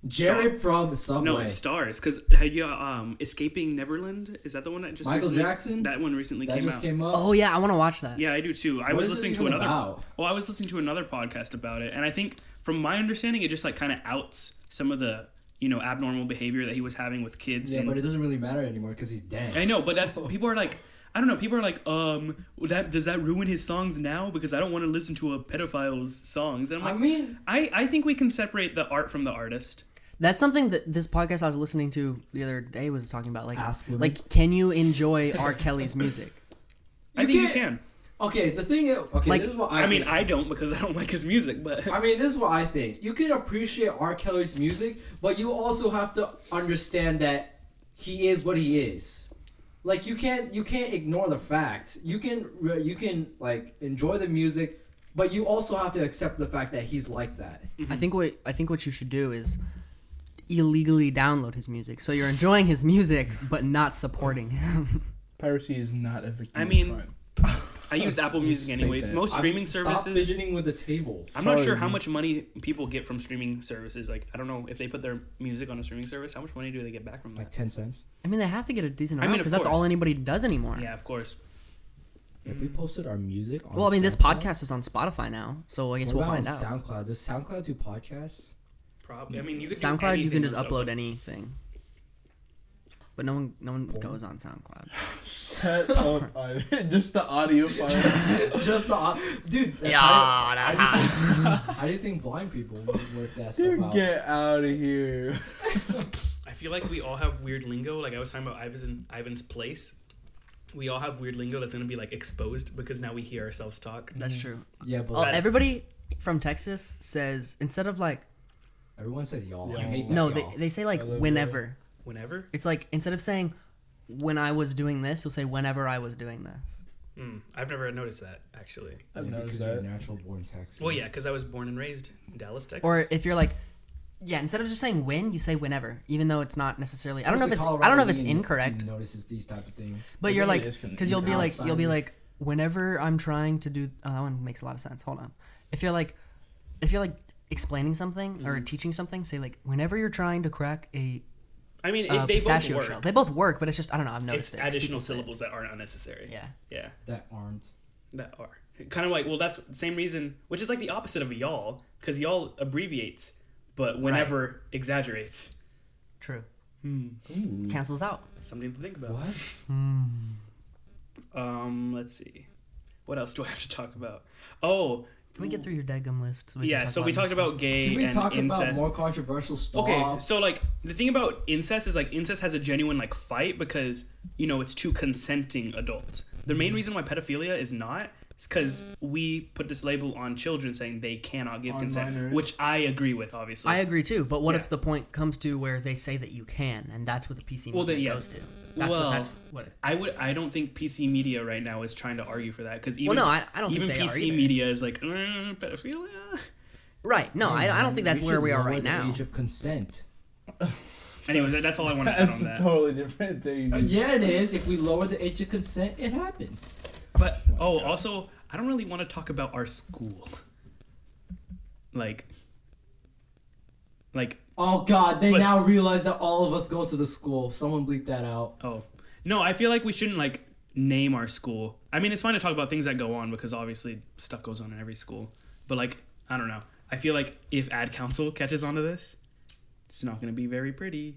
S4: Jared from Subway.
S1: no stars. Because had you um escaping Neverland? Is that the one that just
S4: Michael
S1: recently-
S4: Jackson?
S1: That one recently
S4: that
S1: came
S4: just
S1: out.
S4: came up.
S2: Oh yeah, I want to watch that.
S1: Yeah, I do too. I
S4: What
S1: was
S4: is it
S1: listening to
S4: even
S1: another.
S4: about?
S1: Well, I was listening to another podcast about it, and I think from my understanding, it just like kind of outs some of the you know abnormal behavior that he was having with kids.
S4: Yeah,
S1: and-
S4: but it doesn't really matter anymore because he's dead.
S1: I know, but that's people are like. I don't know. People are like, um, well, that does that ruin his songs now? Because I don't want to listen to a pedophile's songs. And I'm
S4: I
S1: like,
S4: mean,
S1: I, I think we can separate the art from the artist.
S2: That's something that this podcast I was listening to the other day was talking about. Like,
S4: Ask women.
S2: like can you enjoy R. Kelly's music?
S1: I
S4: You
S1: think you
S4: can't-
S1: can.
S4: okay. The thing is, okay,
S2: Like,
S4: this is what I,
S1: I mean,
S4: think.
S1: I don't because I don't like his music. But
S4: I mean, this is what I think. You can appreciate R. Kelly's music, but you also have to understand that he is what he is. Like you can't you can't ignore the fact. You can re- you can like enjoy the music, but you also have to accept the fact that he's like that.
S1: Mm-hmm.
S2: I think what I think what you should do is illegally download his music. So you're enjoying his music but not supporting him.
S3: Piracy is not a victim.
S1: I
S3: of
S1: mean,
S3: crime.
S1: I use Apple Music
S3: Say
S1: anyways.
S3: that.
S1: Most streaming
S4: Stop
S1: services.
S4: fidgeting with the table.
S1: I'm not
S3: Sorry,
S1: sure how
S3: man.
S1: much money people get from streaming services. Like, I don't know if they put their music on a streaming service, how much money do they get back from that?
S4: ten cents.
S2: I mean, they have to get a decent
S1: I
S2: amount
S1: mean, of
S2: because that's
S1: course.
S2: all anybody does anymore.
S1: Yeah, of course.
S4: If we posted our music, on
S2: Mm. Well, I mean, this
S4: SoundCloud-
S2: podcast is on Spotify now, so I guess
S4: What
S2: we'll
S4: about
S2: find
S4: on
S2: out.
S4: SoundCloud. Does SoundCloud do podcasts?
S1: Probably. I mean, you could do
S2: SoundCloud, you
S1: anything
S2: can just
S1: on
S2: upload anything. But no one, no one goes on SoundCloud.
S3: Shut up, Ivan. just the audio file.
S4: Just the op- dude. That's how, how do you think blind people work that stuff
S3: Dude,
S4: out?
S3: get out of here.
S1: I feel like we all have weird lingo. Like I was talking about Ivan's Ivan's place. We all have weird lingo that's gonna be like exposed because now we hear ourselves talk.
S2: That's true.
S4: yeah, but
S2: Oh,
S1: Right.
S2: everybody from Texas says instead of like
S4: everyone says y'all. I
S3: Yo.
S4: hate that
S2: no,
S4: y'all.
S2: they, they say like
S3: I love
S2: whenever.
S1: Whenever.
S2: It's like instead of saying when I was doing this, you'll say whenever I was doing this.
S1: Mm, I've never noticed that actually.
S3: I've
S4: yeah,
S3: noticed
S4: because you're
S3: that.
S4: natural born Texas.
S1: Well, yeah, because I was born and raised in Dallas, Texas.
S2: Or if you're like yeah, instead of just saying when, you say whenever, even though it's not necessarily. I don't know if it's I don't know if it's incorrect,
S4: Notices these type of things.
S2: but you're
S3: really
S2: like
S3: is con-
S2: because you'll be like you'll be
S4: outside.
S2: like whenever I'm trying to do oh, that one makes a lot of sense. Hold on, if you're like if you're like explaining something or
S1: Mm-hmm.
S2: teaching something, say like whenever you're trying to crack a
S1: I mean, it,
S2: uh,
S1: they both
S2: pistachio
S1: work.
S2: shell, they both work, but it's just I don't know. I've
S1: it's
S2: noticed it. It's
S1: additional
S2: people say it.
S1: syllables that aren't unnecessary.
S2: Yeah.
S1: Yeah.
S4: That aren't.
S1: that are kind of like well that's the same reason which is like the opposite of y'all because y'all abbreviates but whenever exaggerates
S2: True.
S1: Hmm.
S4: Ooh.
S2: Cancels out.
S1: something to think about
S4: What?
S1: um let's see what else do i have to talk about oh
S2: Can we get through your dadgum list? we can
S1: yeah
S2: talk
S1: so we
S2: about
S1: talked
S2: other
S1: about gay
S4: Can we
S1: and
S4: talk about
S1: incest
S4: more controversial stuff?
S1: okay so like the thing about incest is like incest has a genuine like fight because you know, it's to consenting adults. The main reason why pedophilia is not is because we put this label on children saying they cannot give
S3: On
S1: consent,
S3: minors.
S1: which I agree with, obviously.
S2: I agree too, but what
S1: Yeah.
S2: if the point comes to where they say that you can, and that's what the PC
S1: Well,
S2: well,
S1: then, yeah.
S2: goes to? That's
S1: Well,
S2: what that's what.
S1: I would. I don't think PC media right now is trying to argue for that because even
S2: no, I- I don't think
S1: even
S2: they are
S1: PC
S2: either.
S1: media is like mm, pedophilia.
S2: Right? No, I, I don't think that's where
S4: should
S2: we are
S4: lower
S2: right
S4: the
S2: now.
S4: Age of consent.
S1: anyway, that- that's all I want to add
S3: That's
S1: on
S3: a
S1: that.
S3: totally different thing.
S4: Uh,
S3: dude.
S4: yeah, it is. If we lower the age of consent, it happens.
S1: But oh, also, I don't really want to talk about our school. Like, like
S4: Oh God! They
S1: But-
S4: now realize that all of us go to the school. Someone bleep that out.
S1: oh no, I feel like we shouldn't like name our school. I mean, it's fine to talk about things that go on because obviously stuff goes on in every school. But like, I don't know. I feel like if ad council catches onto this, it's not going to be very pretty.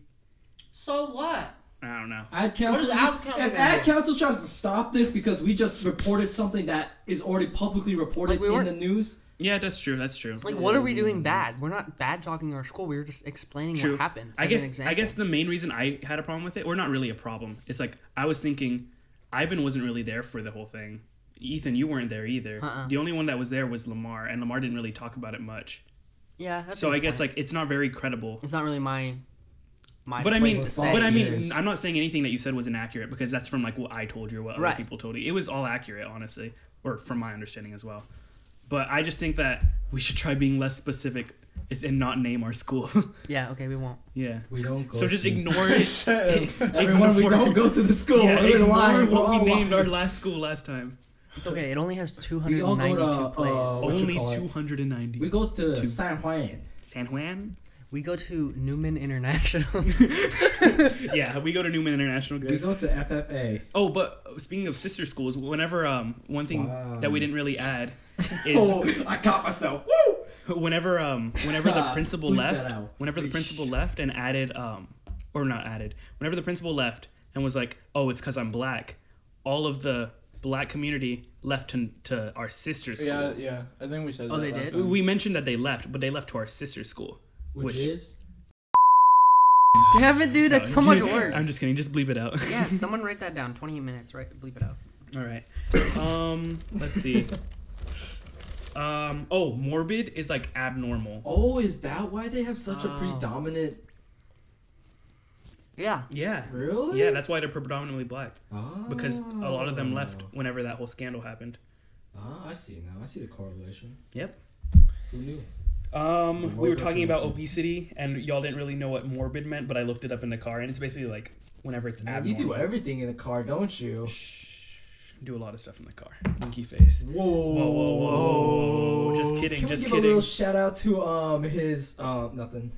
S2: So what?
S1: I don't know.
S4: Ad
S2: is
S4: council.
S2: ad council
S4: if
S2: gonna
S4: ad
S2: do?
S4: council tries to stop this because we just reported something that is already publicly reported
S2: Like we
S4: in
S2: weren't-
S4: the news,
S1: Yeah, that's true. That's true.
S2: Like, what are we doing bad? We're not bad talking our school. We were just explaining
S1: True.
S2: what happened.
S1: I
S2: as an
S1: guess I
S2: example.
S1: guess the main reason I had a problem with it, or not really a problem, it's like I was thinking Ivan wasn't really there for the whole thing. Ethan, you weren't there either.
S2: Uh-uh.
S1: The only one that was there was Lamar, and Lamar didn't really talk about it much.
S2: Yeah. that's
S1: so
S2: a
S1: I
S2: good
S1: guess
S2: point.
S1: like it's not very credible.
S2: it's not really my my
S1: But I
S2: place
S1: mean,
S2: to say.
S1: but I mean,
S4: Yes.
S1: I'm not saying anything that you said was inaccurate because that's from like what I told you, or what other
S2: Right.
S1: people told you. It was all accurate, honestly, or from my understanding as well. But I just think that we should try being less specific and not name our school.
S2: yeah. Okay, we won't.
S1: yeah.
S4: we don't go.
S1: So just
S4: to-
S1: ignore it.
S4: everyone. We
S1: ignore-
S4: don't go to the school.
S1: Yeah,
S4: We're
S1: ignore
S4: lying. We're
S1: what we
S4: all
S1: named our
S4: lying.
S1: last school last time.
S2: It's okay. It only has
S4: We all go
S2: 292
S4: to,
S2: plays.
S4: uh, What you
S1: Only
S4: call it?
S1: 290.
S4: We go to San Juan.
S1: San Juan?
S2: we go to Newman International.
S1: Yeah, we go to Newman International,
S4: We
S1: guys.
S4: go to FFA.
S1: oh, but speaking of sister schools, whenever um one thing
S4: Wow.
S1: that we didn't really add is
S4: Oh, I caught myself. Woo!
S1: whenever um whenever the principal
S4: Bleep that
S1: left,
S4: out.
S1: whenever the
S2: Please.
S1: principal left and added um or not added, whenever the principal left and was like, "Oh, it's cuz I'm black." All of the black community left to, to our sister school.
S3: yeah, yeah. I think we said.
S2: Oh,
S3: that
S2: they
S3: last
S2: did?
S3: time.
S1: We mentioned that they left, but they left to our sister school.
S4: Which,
S1: Which-
S4: is
S2: Damn it, dude!
S1: No,
S2: It's so
S1: I'm
S2: much
S1: kidding.
S2: work.
S1: I'm just kidding. Just bleep it out.
S2: Yeah, someone write that down. 28 minutes, right? Bleep it out.
S1: All right. Um, let's see. Um, oh, morbid is like abnormal.
S4: oh, is that why they have such
S2: Oh.
S4: a predominant?
S2: Yeah.
S1: Yeah.
S4: Really?
S1: Yeah, that's why they're predominantly black
S4: Oh.
S1: because a lot of them left whenever that whole scandal happened.
S4: Ah, I see now. I see the correlation.
S1: Yep.
S4: Who knew?
S1: Um, we were
S4: Boys are
S1: talking about
S4: pretty-
S1: obesity, and y'all didn't really know what morbid meant, but I looked it up in the car, and it's basically like whenever it's
S4: Man,
S1: abnormal.
S4: you do everything in the car, don't you?
S1: Shh. Do a lot of stuff in the car. Winky face.
S4: Whoa,
S1: Whoa, whoa, whoa, whoa, whoa. Just kidding.
S4: Can we
S1: just
S4: give
S1: kidding.
S4: a little shout out to um his um nothing.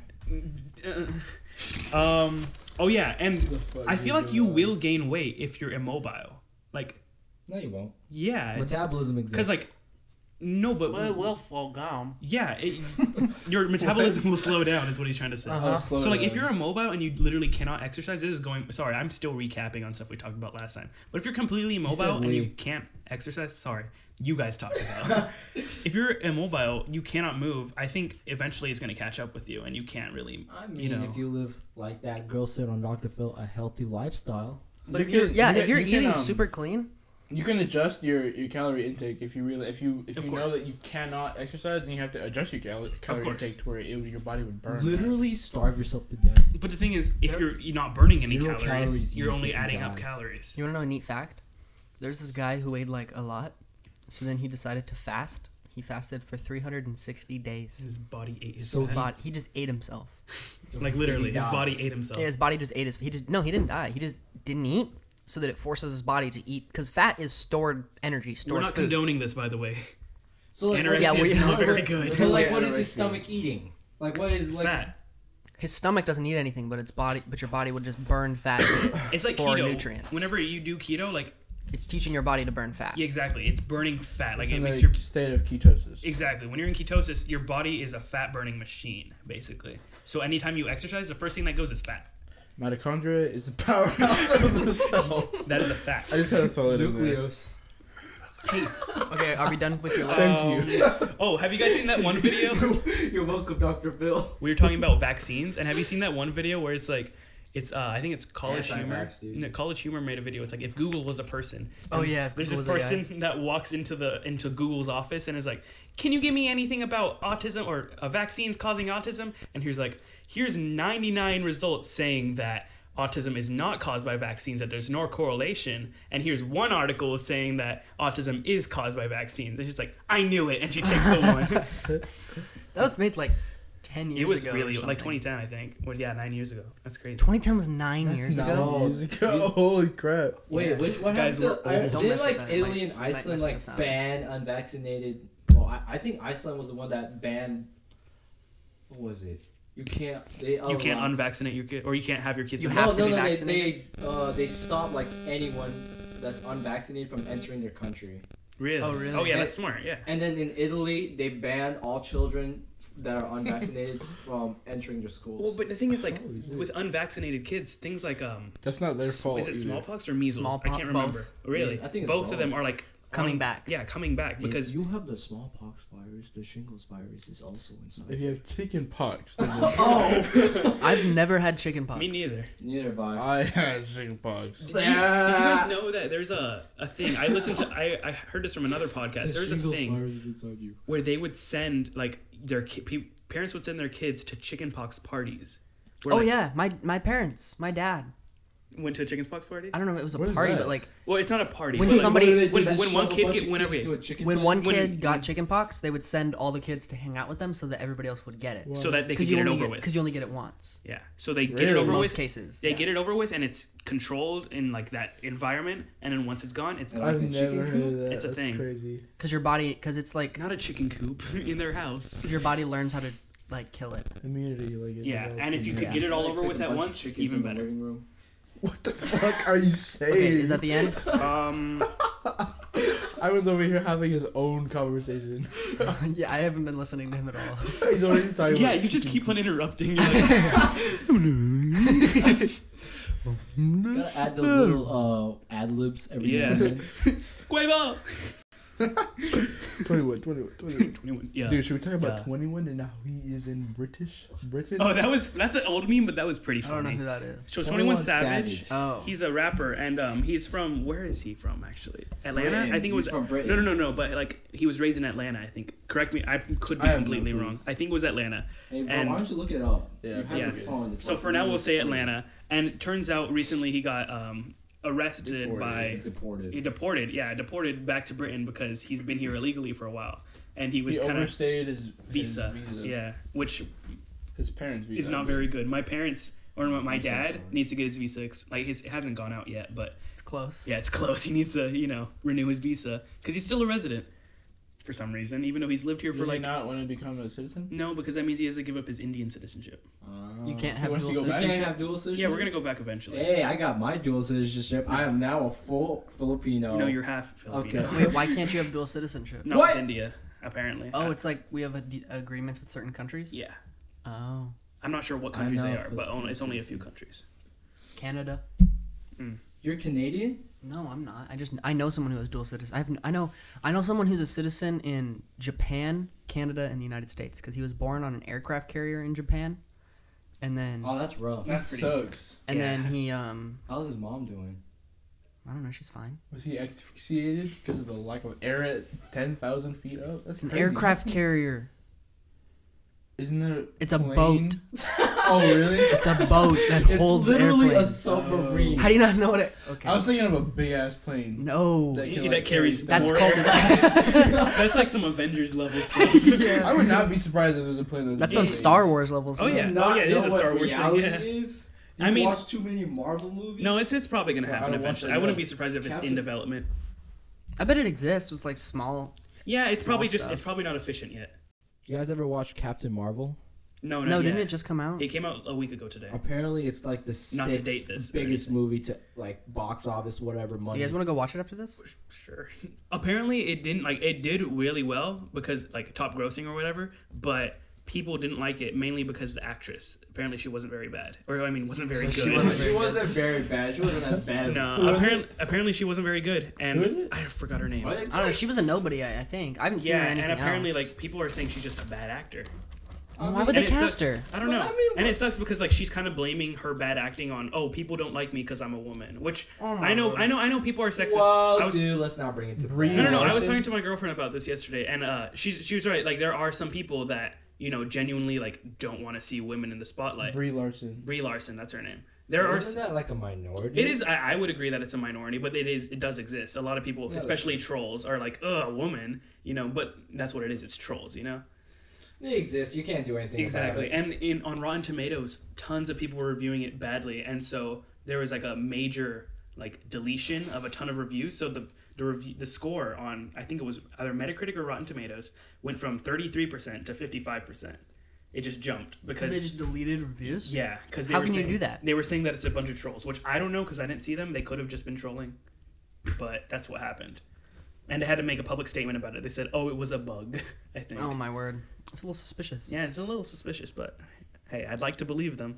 S1: um. Oh yeah, and
S4: fuck
S1: I
S4: you
S1: feel like
S4: doing
S1: you
S4: that?
S1: will gain weight if you're immobile. Like,
S4: No, you won't.
S1: yeah,
S4: Metabolism exists.
S1: because like, no, but
S2: will fall down.
S1: yeah, it, your metabolism will slow down. Is what he's trying to say.
S2: Uh-huh.
S3: I'll Oh, Uh-huh. slow
S1: So like, if
S3: down.
S1: you're immobile and you literally cannot exercise, this is going. Sorry, I'm still recapping on stuff we talked about last time. But if you're completely
S4: said
S1: immobile and
S4: we.
S1: you can't exercise, sorry, you guys talked about. if you're immobile, you cannot move. I think eventually it's going to catch up with you, and you can't really.
S4: I mean,
S1: you know.
S4: if you live like that girl said on Dr. Phil, a healthy lifestyle.
S2: But
S1: You
S2: if you're
S1: can-
S2: yeah,
S1: you
S2: if
S1: can-
S2: you're
S1: you can,
S2: eating
S1: um,
S2: super clean,
S3: You can adjust your, your calorie intake if you really if you if
S1: Of
S3: you
S1: course.
S3: know that you cannot exercise and you have to adjust your cal- calorie
S1: course.
S3: intake to where it, your body would burn.
S4: Literally starve yourself to death.
S1: But the thing is, if you're you're not burning any
S4: Zero
S1: calories,
S4: calories
S1: you're
S4: used
S1: only
S4: if you
S1: adding up
S4: die.
S1: calories.
S2: you want to know a neat fact? There's this guy who ate like a lot, so then he decided to fast. He fasted for 360 days.
S1: His body ate his
S4: So
S2: His
S1: own-
S2: bod- he just ate himself.
S1: like literally, his
S4: Yeah.
S1: body ate himself.
S2: Yeah, his body just ate his. He just no, he didn't die. He just didn't eat, so that it forces his body to eat because fat is stored energy,
S1: We're
S2: stored
S1: not
S2: food.
S1: condoning this, by the way.
S4: So like,
S1: Anorexia
S2: Yeah, is we-
S1: not very good.
S4: But like, what is
S3: Anorexia.
S4: his stomach eating? Like, what is like?
S1: fat.
S2: his stomach doesn't eat anything, but its body, but your body would just burn fat.
S1: It's like
S2: for
S1: keto.
S2: nutrients.
S1: Whenever you do keto, like
S2: it's teaching your body to burn fat.
S1: yeah, exactly, it's burning fat. Like
S3: It's
S1: it
S3: in
S1: makes
S3: the
S1: your
S3: state of ketosis.
S1: exactly. When you're in ketosis, your body is a fat burning machine, basically. So anytime you exercise, the first thing that goes is fat.
S3: Mitochondria is the powerhouse of the cell.
S1: That is a fact.
S3: I just had to throw it in there.
S4: Nucleus.
S2: Okay, are we done with your list?
S3: Thank you.
S1: Um, oh, have you guys seen that one video?
S4: You're welcome, Dr. Phil.
S1: we were talking about vaccines, and have you seen that one video where it's like It's uh, I think it's College Humor.
S4: Anti-vax, dude.
S1: No, College Humor made a video. It's like if Google was a person.
S2: Oh,
S1: And
S2: yeah, if
S1: There's
S2: Google
S1: this
S2: was a guy.
S1: person that walks into the into Google's office and is like, "Can you give me anything about autism or uh, vaccines causing autism?" And he's like, "Here's 99 results saying that." Autism is not caused by vaccines, that there's no correlation. And here's one article saying that autism is caused by vaccines. And she's like, I knew it. And she takes the one.
S2: That was made like ten years
S1: It was
S2: ago.
S1: really
S2: or
S1: like
S2: something.
S1: 2010, I think. Well, yeah, nine years ago. That's crazy.
S2: 2010 was nine years
S3: Nine
S2: ago.
S3: years ago. Holy crap.
S4: Wait,
S1: Yeah.
S4: which what
S1: Guys,
S4: happened
S1: we're
S4: to I,
S1: old.
S2: Don't
S4: did
S2: mess with
S4: like
S2: that.
S4: Italy
S2: Might-
S4: and
S2: might mess
S4: Iceland
S2: with
S4: like
S2: the sound.
S4: ban unvaccinated? Well, I, I think Iceland was the one that banned. What was it? You can't. They oh,
S1: You can't unvaccinate your kid, or you can't have your kids.
S2: Oh, You
S1: in-
S2: have to
S4: no,
S2: be
S4: no, they-
S2: vaccinated.
S4: They, uh, they stop like anyone that's unvaccinated from entering their country.
S1: really?
S2: Oh, really?
S1: Oh, yeah,
S4: Yeah.
S1: that's smart. Yeah.
S4: And then in Italy, they ban all children that are unvaccinated from entering their schools.
S1: Well, but the thing is, like,
S3: Holy shit.
S1: with unvaccinated kids, things like um,
S3: That's not their
S1: s-
S3: fault.
S1: is it
S3: either.
S1: smallpox or measles? I
S2: Smallpox,
S1: can't remember.
S2: both.
S1: Really?
S4: Yeah, I think it's
S1: both,
S4: both.
S1: of them are like
S2: Coming
S1: on-
S2: back.
S1: Yeah, coming back because
S4: you have the smallpox virus, the shingles virus is also
S3: If
S4: inside.
S3: you have chicken pox, then
S2: I've never had chicken pox.
S1: me neither.
S4: Neither by.
S3: I had chicken pox.
S1: Did you, did you guys know that there's a, a thing? I listened to. I, I heard this from another podcast. There's a thing
S4: virus is inside you.
S1: where they would send like their ki- pe- parents would send their kids to chickenpox parties. Where,
S2: Oh
S1: like,
S2: yeah, my my parents, my dad.
S1: Went to a chickenpox party.
S2: I don't know if it was a
S3: What is
S2: party,
S3: that?
S2: but like
S1: Well, it's not a party.
S2: When
S1: but, like,
S2: somebody-
S1: when- when one kid get- whenever-
S2: when one
S1: When-
S2: kid got chicken pox, they would send all the kids to hang out with them so that everybody else would get it.
S1: so that they could
S2: Because you
S1: get it
S2: only
S1: over
S2: get
S1: with.
S2: because you only get it once.
S1: Yeah. So they get it
S3: Really?
S1: over
S2: In most
S1: with.
S2: cases,
S1: They
S2: yeah.
S1: get it over with, and it's controlled in like that environment. And then once it's gone, it's
S4: And
S1: gone.
S4: Like
S3: I've
S4: a chicken
S3: never heard
S4: coop?
S3: of that.
S1: It's a
S3: That's
S1: thing.
S3: crazy.
S2: because your body because it's like
S1: Not a chicken coop in their house.
S2: your body learns how to like kill it.
S3: Immunity, like it
S1: Yeah,
S3: develops
S1: and if
S3: in
S1: you could
S2: Yeah.
S1: get it all over with at once, even better.
S3: What the fuck are you saying?
S2: Okay, is that the end?
S1: Um,
S3: Ivan's over here having his own conversation.
S2: yeah, I haven't been listening to him at all.
S3: He's already talking.
S1: yeah,
S3: about
S1: you just
S3: chicken
S1: keep on interrupting. You're like,
S4: Gotta add those little uh, ad libs every
S1: Yeah.
S4: now and then.
S1: Quavo.
S3: 21, 21, 21.
S1: Yeah.
S3: Dude, should we talk about
S1: Yeah.
S3: 21 and how he is in British Britain?
S1: Oh, that was that's an old meme, but that was pretty
S2: I don't know
S1: funny.
S2: who that is.
S1: So Twenty One
S4: 21
S1: Savage.
S4: Savage.
S2: Oh,
S1: He's a rapper, and um, he's from where is he from actually? Atlanta,
S4: Britain.
S1: I think it
S4: He's
S1: was.
S4: from Britain.
S1: No, no, no, no. But like, he was raised in Atlanta. I think. Correct me. I could be
S3: I have no
S1: completely
S3: clue.
S1: wrong. I think it was Atlanta.
S4: Hey, bro,
S1: And-
S4: why don't you look it up?
S3: Yeah.
S4: You have
S1: Yeah.
S4: your phone. It's
S1: So
S4: like
S1: for now,
S3: mm,
S1: we'll
S4: really
S1: say
S4: free.
S1: Atlanta. And it turns out recently he got um, arrested by
S4: Deported.
S1: he deported. Yeah, deported back to Britain because he's been here illegally for a while, and he was
S3: he
S1: kind of
S3: overstayed his
S1: visa.
S3: His, visa.
S1: Yeah, which
S3: his parents' visa.
S1: is not very good. My parents or my, my
S4: I'm so
S1: dad
S4: sorry.
S1: needs to get his visa. ex- Like his it hasn't gone out yet, but
S2: it's close.
S1: yeah, it's close. He needs to you know renew his visa because he's still a resident for some reason, even though he's lived here
S3: Does
S1: for
S3: he
S1: like.
S3: not want to become a citizen?
S1: No, because that means he has to give up his Indian citizenship.
S2: You can't have
S3: wants
S2: dual
S3: to go
S4: You
S3: back?
S4: can't
S2: citizenship.
S4: Ah. have dual citizenship.
S1: Yeah, we're gonna go back eventually.
S4: Hey, I got my dual citizenship. I am now a full Filipino.
S1: No, you're half Filipino.
S4: oh. Okay.
S2: Wait, why can't you have dual citizenship?
S1: Not
S4: What?
S1: with India, apparently.
S2: Oh,
S1: Uh,
S2: it's like we have a d- agreements with certain countries.
S1: yeah.
S2: Oh,
S1: I'm not sure what
S4: I
S1: countries they
S4: know
S1: are,
S4: for
S1: but
S4: the
S1: only, it's only a few
S4: countries.
S1: countries.
S2: Canada.
S4: You're Canadian.
S2: No, I'm not. I just I know someone who is dual citizen. I have I know I know someone who's a citizen in Japan, Canada, and the United States because he was born on an aircraft carrier in Japan, and then
S4: Oh, that's rough.
S1: That's pretty.
S3: Sucks.
S2: and
S1: yeah.
S2: then he um
S4: How's his mom doing?
S2: I don't know she's fine.
S3: Was he asphyxiated because of the lack of air at 10,000 feet up? That's
S2: An
S3: crazy.
S2: aircraft carrier.
S3: Isn't there?
S2: It's a
S3: plane?
S2: boat.
S3: oh really?
S2: It's a boat that holds
S4: literally a
S2: airplanes.
S4: submarine.
S2: How do you not know what it? Okay.
S3: I was thinking of a big ass plane.
S2: no.
S3: That
S1: He-
S3: can,
S1: that
S3: like,
S1: carries
S3: carry
S2: That's
S1: more
S2: called.
S1: aircraft. That's like some Avengers level stuff. Oh,
S3: I would not be surprised if there's a plane that was
S2: That's
S3: a
S2: some
S3: big.
S2: Star Wars levels.
S1: Oh,
S2: isn't
S1: yeah.
S2: it?
S4: Do you not
S1: it is
S4: know
S1: a
S4: what
S1: Star Wars thing,
S4: reality
S1: yeah.
S4: Is?
S1: I
S4: You've
S1: mean-
S4: watched too many Marvel movies.
S1: No, it's it's probably gonna
S3: Yeah, I
S1: happen
S3: don't watch
S1: eventually.
S3: that
S1: I wouldn't
S3: yet.
S1: be surprised if it's in
S4: Captain-
S1: development.
S2: I bet it exists with like small.
S1: Yeah, it's
S2: Small
S1: probably just
S2: stuff.
S1: it's probably not efficient yet.
S4: You guys ever watch Captain Marvel?
S1: No,
S2: No,
S1: not
S2: didn't
S1: yet.
S2: it just come out?
S1: uh, It came out a week ago
S4: Oh,
S1: today.
S4: Apparently, it's like the
S1: Not to
S4: sixth
S1: date this or
S4: biggest
S1: anything.
S4: movie to like box office, whatever
S2: You
S4: money.
S2: guys want to go watch it after this?
S1: Sure. Apparently, it didn't like it did really well because like top grossing or whatever, but people didn't like it mainly because the actress. Apparently, she wasn't very bad, or I mean, wasn't very
S2: she
S1: good.
S2: wasn't
S4: she
S2: very
S4: wasn't very bad. She wasn't as bad. as
S1: No, apparently, apparently she wasn't very good,
S3: Who is
S1: and
S3: it?
S1: I forgot her name.
S4: What? It's
S2: I don't know.
S4: like
S2: She was a nobody, I, I think. I haven't seen
S1: Yeah,
S2: her in
S1: and
S2: anything
S1: apparently,
S2: else.
S1: like people are saying she's just a bad actor.
S2: Well, why would
S1: And
S2: they
S1: it sucks-
S2: cast her?
S1: I don't
S5: Well,
S1: know.
S5: I mean,
S1: and it sucks because like she's kind of blaming her bad acting on oh people don't like me because I'm a woman, which
S2: Oh my
S1: I know
S2: word.
S1: I know I know people are sexist.
S5: Well,
S1: I was,
S5: dude, let's not bring it to
S3: Breathe.
S1: No, no, no. I
S3: Larson?
S1: was talking to my girlfriend about this yesterday, and uh, she's she was right. Like there are some people that you know genuinely like don't want to see women in the spotlight.
S3: Brie Larson.
S1: Brie Larson, that's her name. There are.
S5: Isn't that like a minority?
S1: It is. I, I would agree that it's a minority, but it is. It does exist. A lot of people,
S5: Yeah,
S1: especially trolls, are like, "Ugh, a woman," you know. But that's what it is. It's trolls, you know.
S5: It exists. You can't do anything.
S1: Exactly.
S5: About
S1: And in on Rotten Tomatoes, tons of people were reviewing it badly, and so there was like a major like deletion of a ton of reviews. So the the review the score on I think it was either Metacritic or Rotten Tomatoes went from thirty three percent to fifty five percent. It just jumped because
S2: Because they just deleted reviews.
S1: yeah, because
S2: How can you do that?
S1: They were saying that it's a bunch of trolls, which I don't know because I didn't see them. They could have just been trolling, but that's what happened. And they had to make a public statement about it. They said, "Oh, it was a bug." I think.
S2: Oh my word, it's a little suspicious.
S1: Yeah, it's a little suspicious, but hey, I'd like to believe them.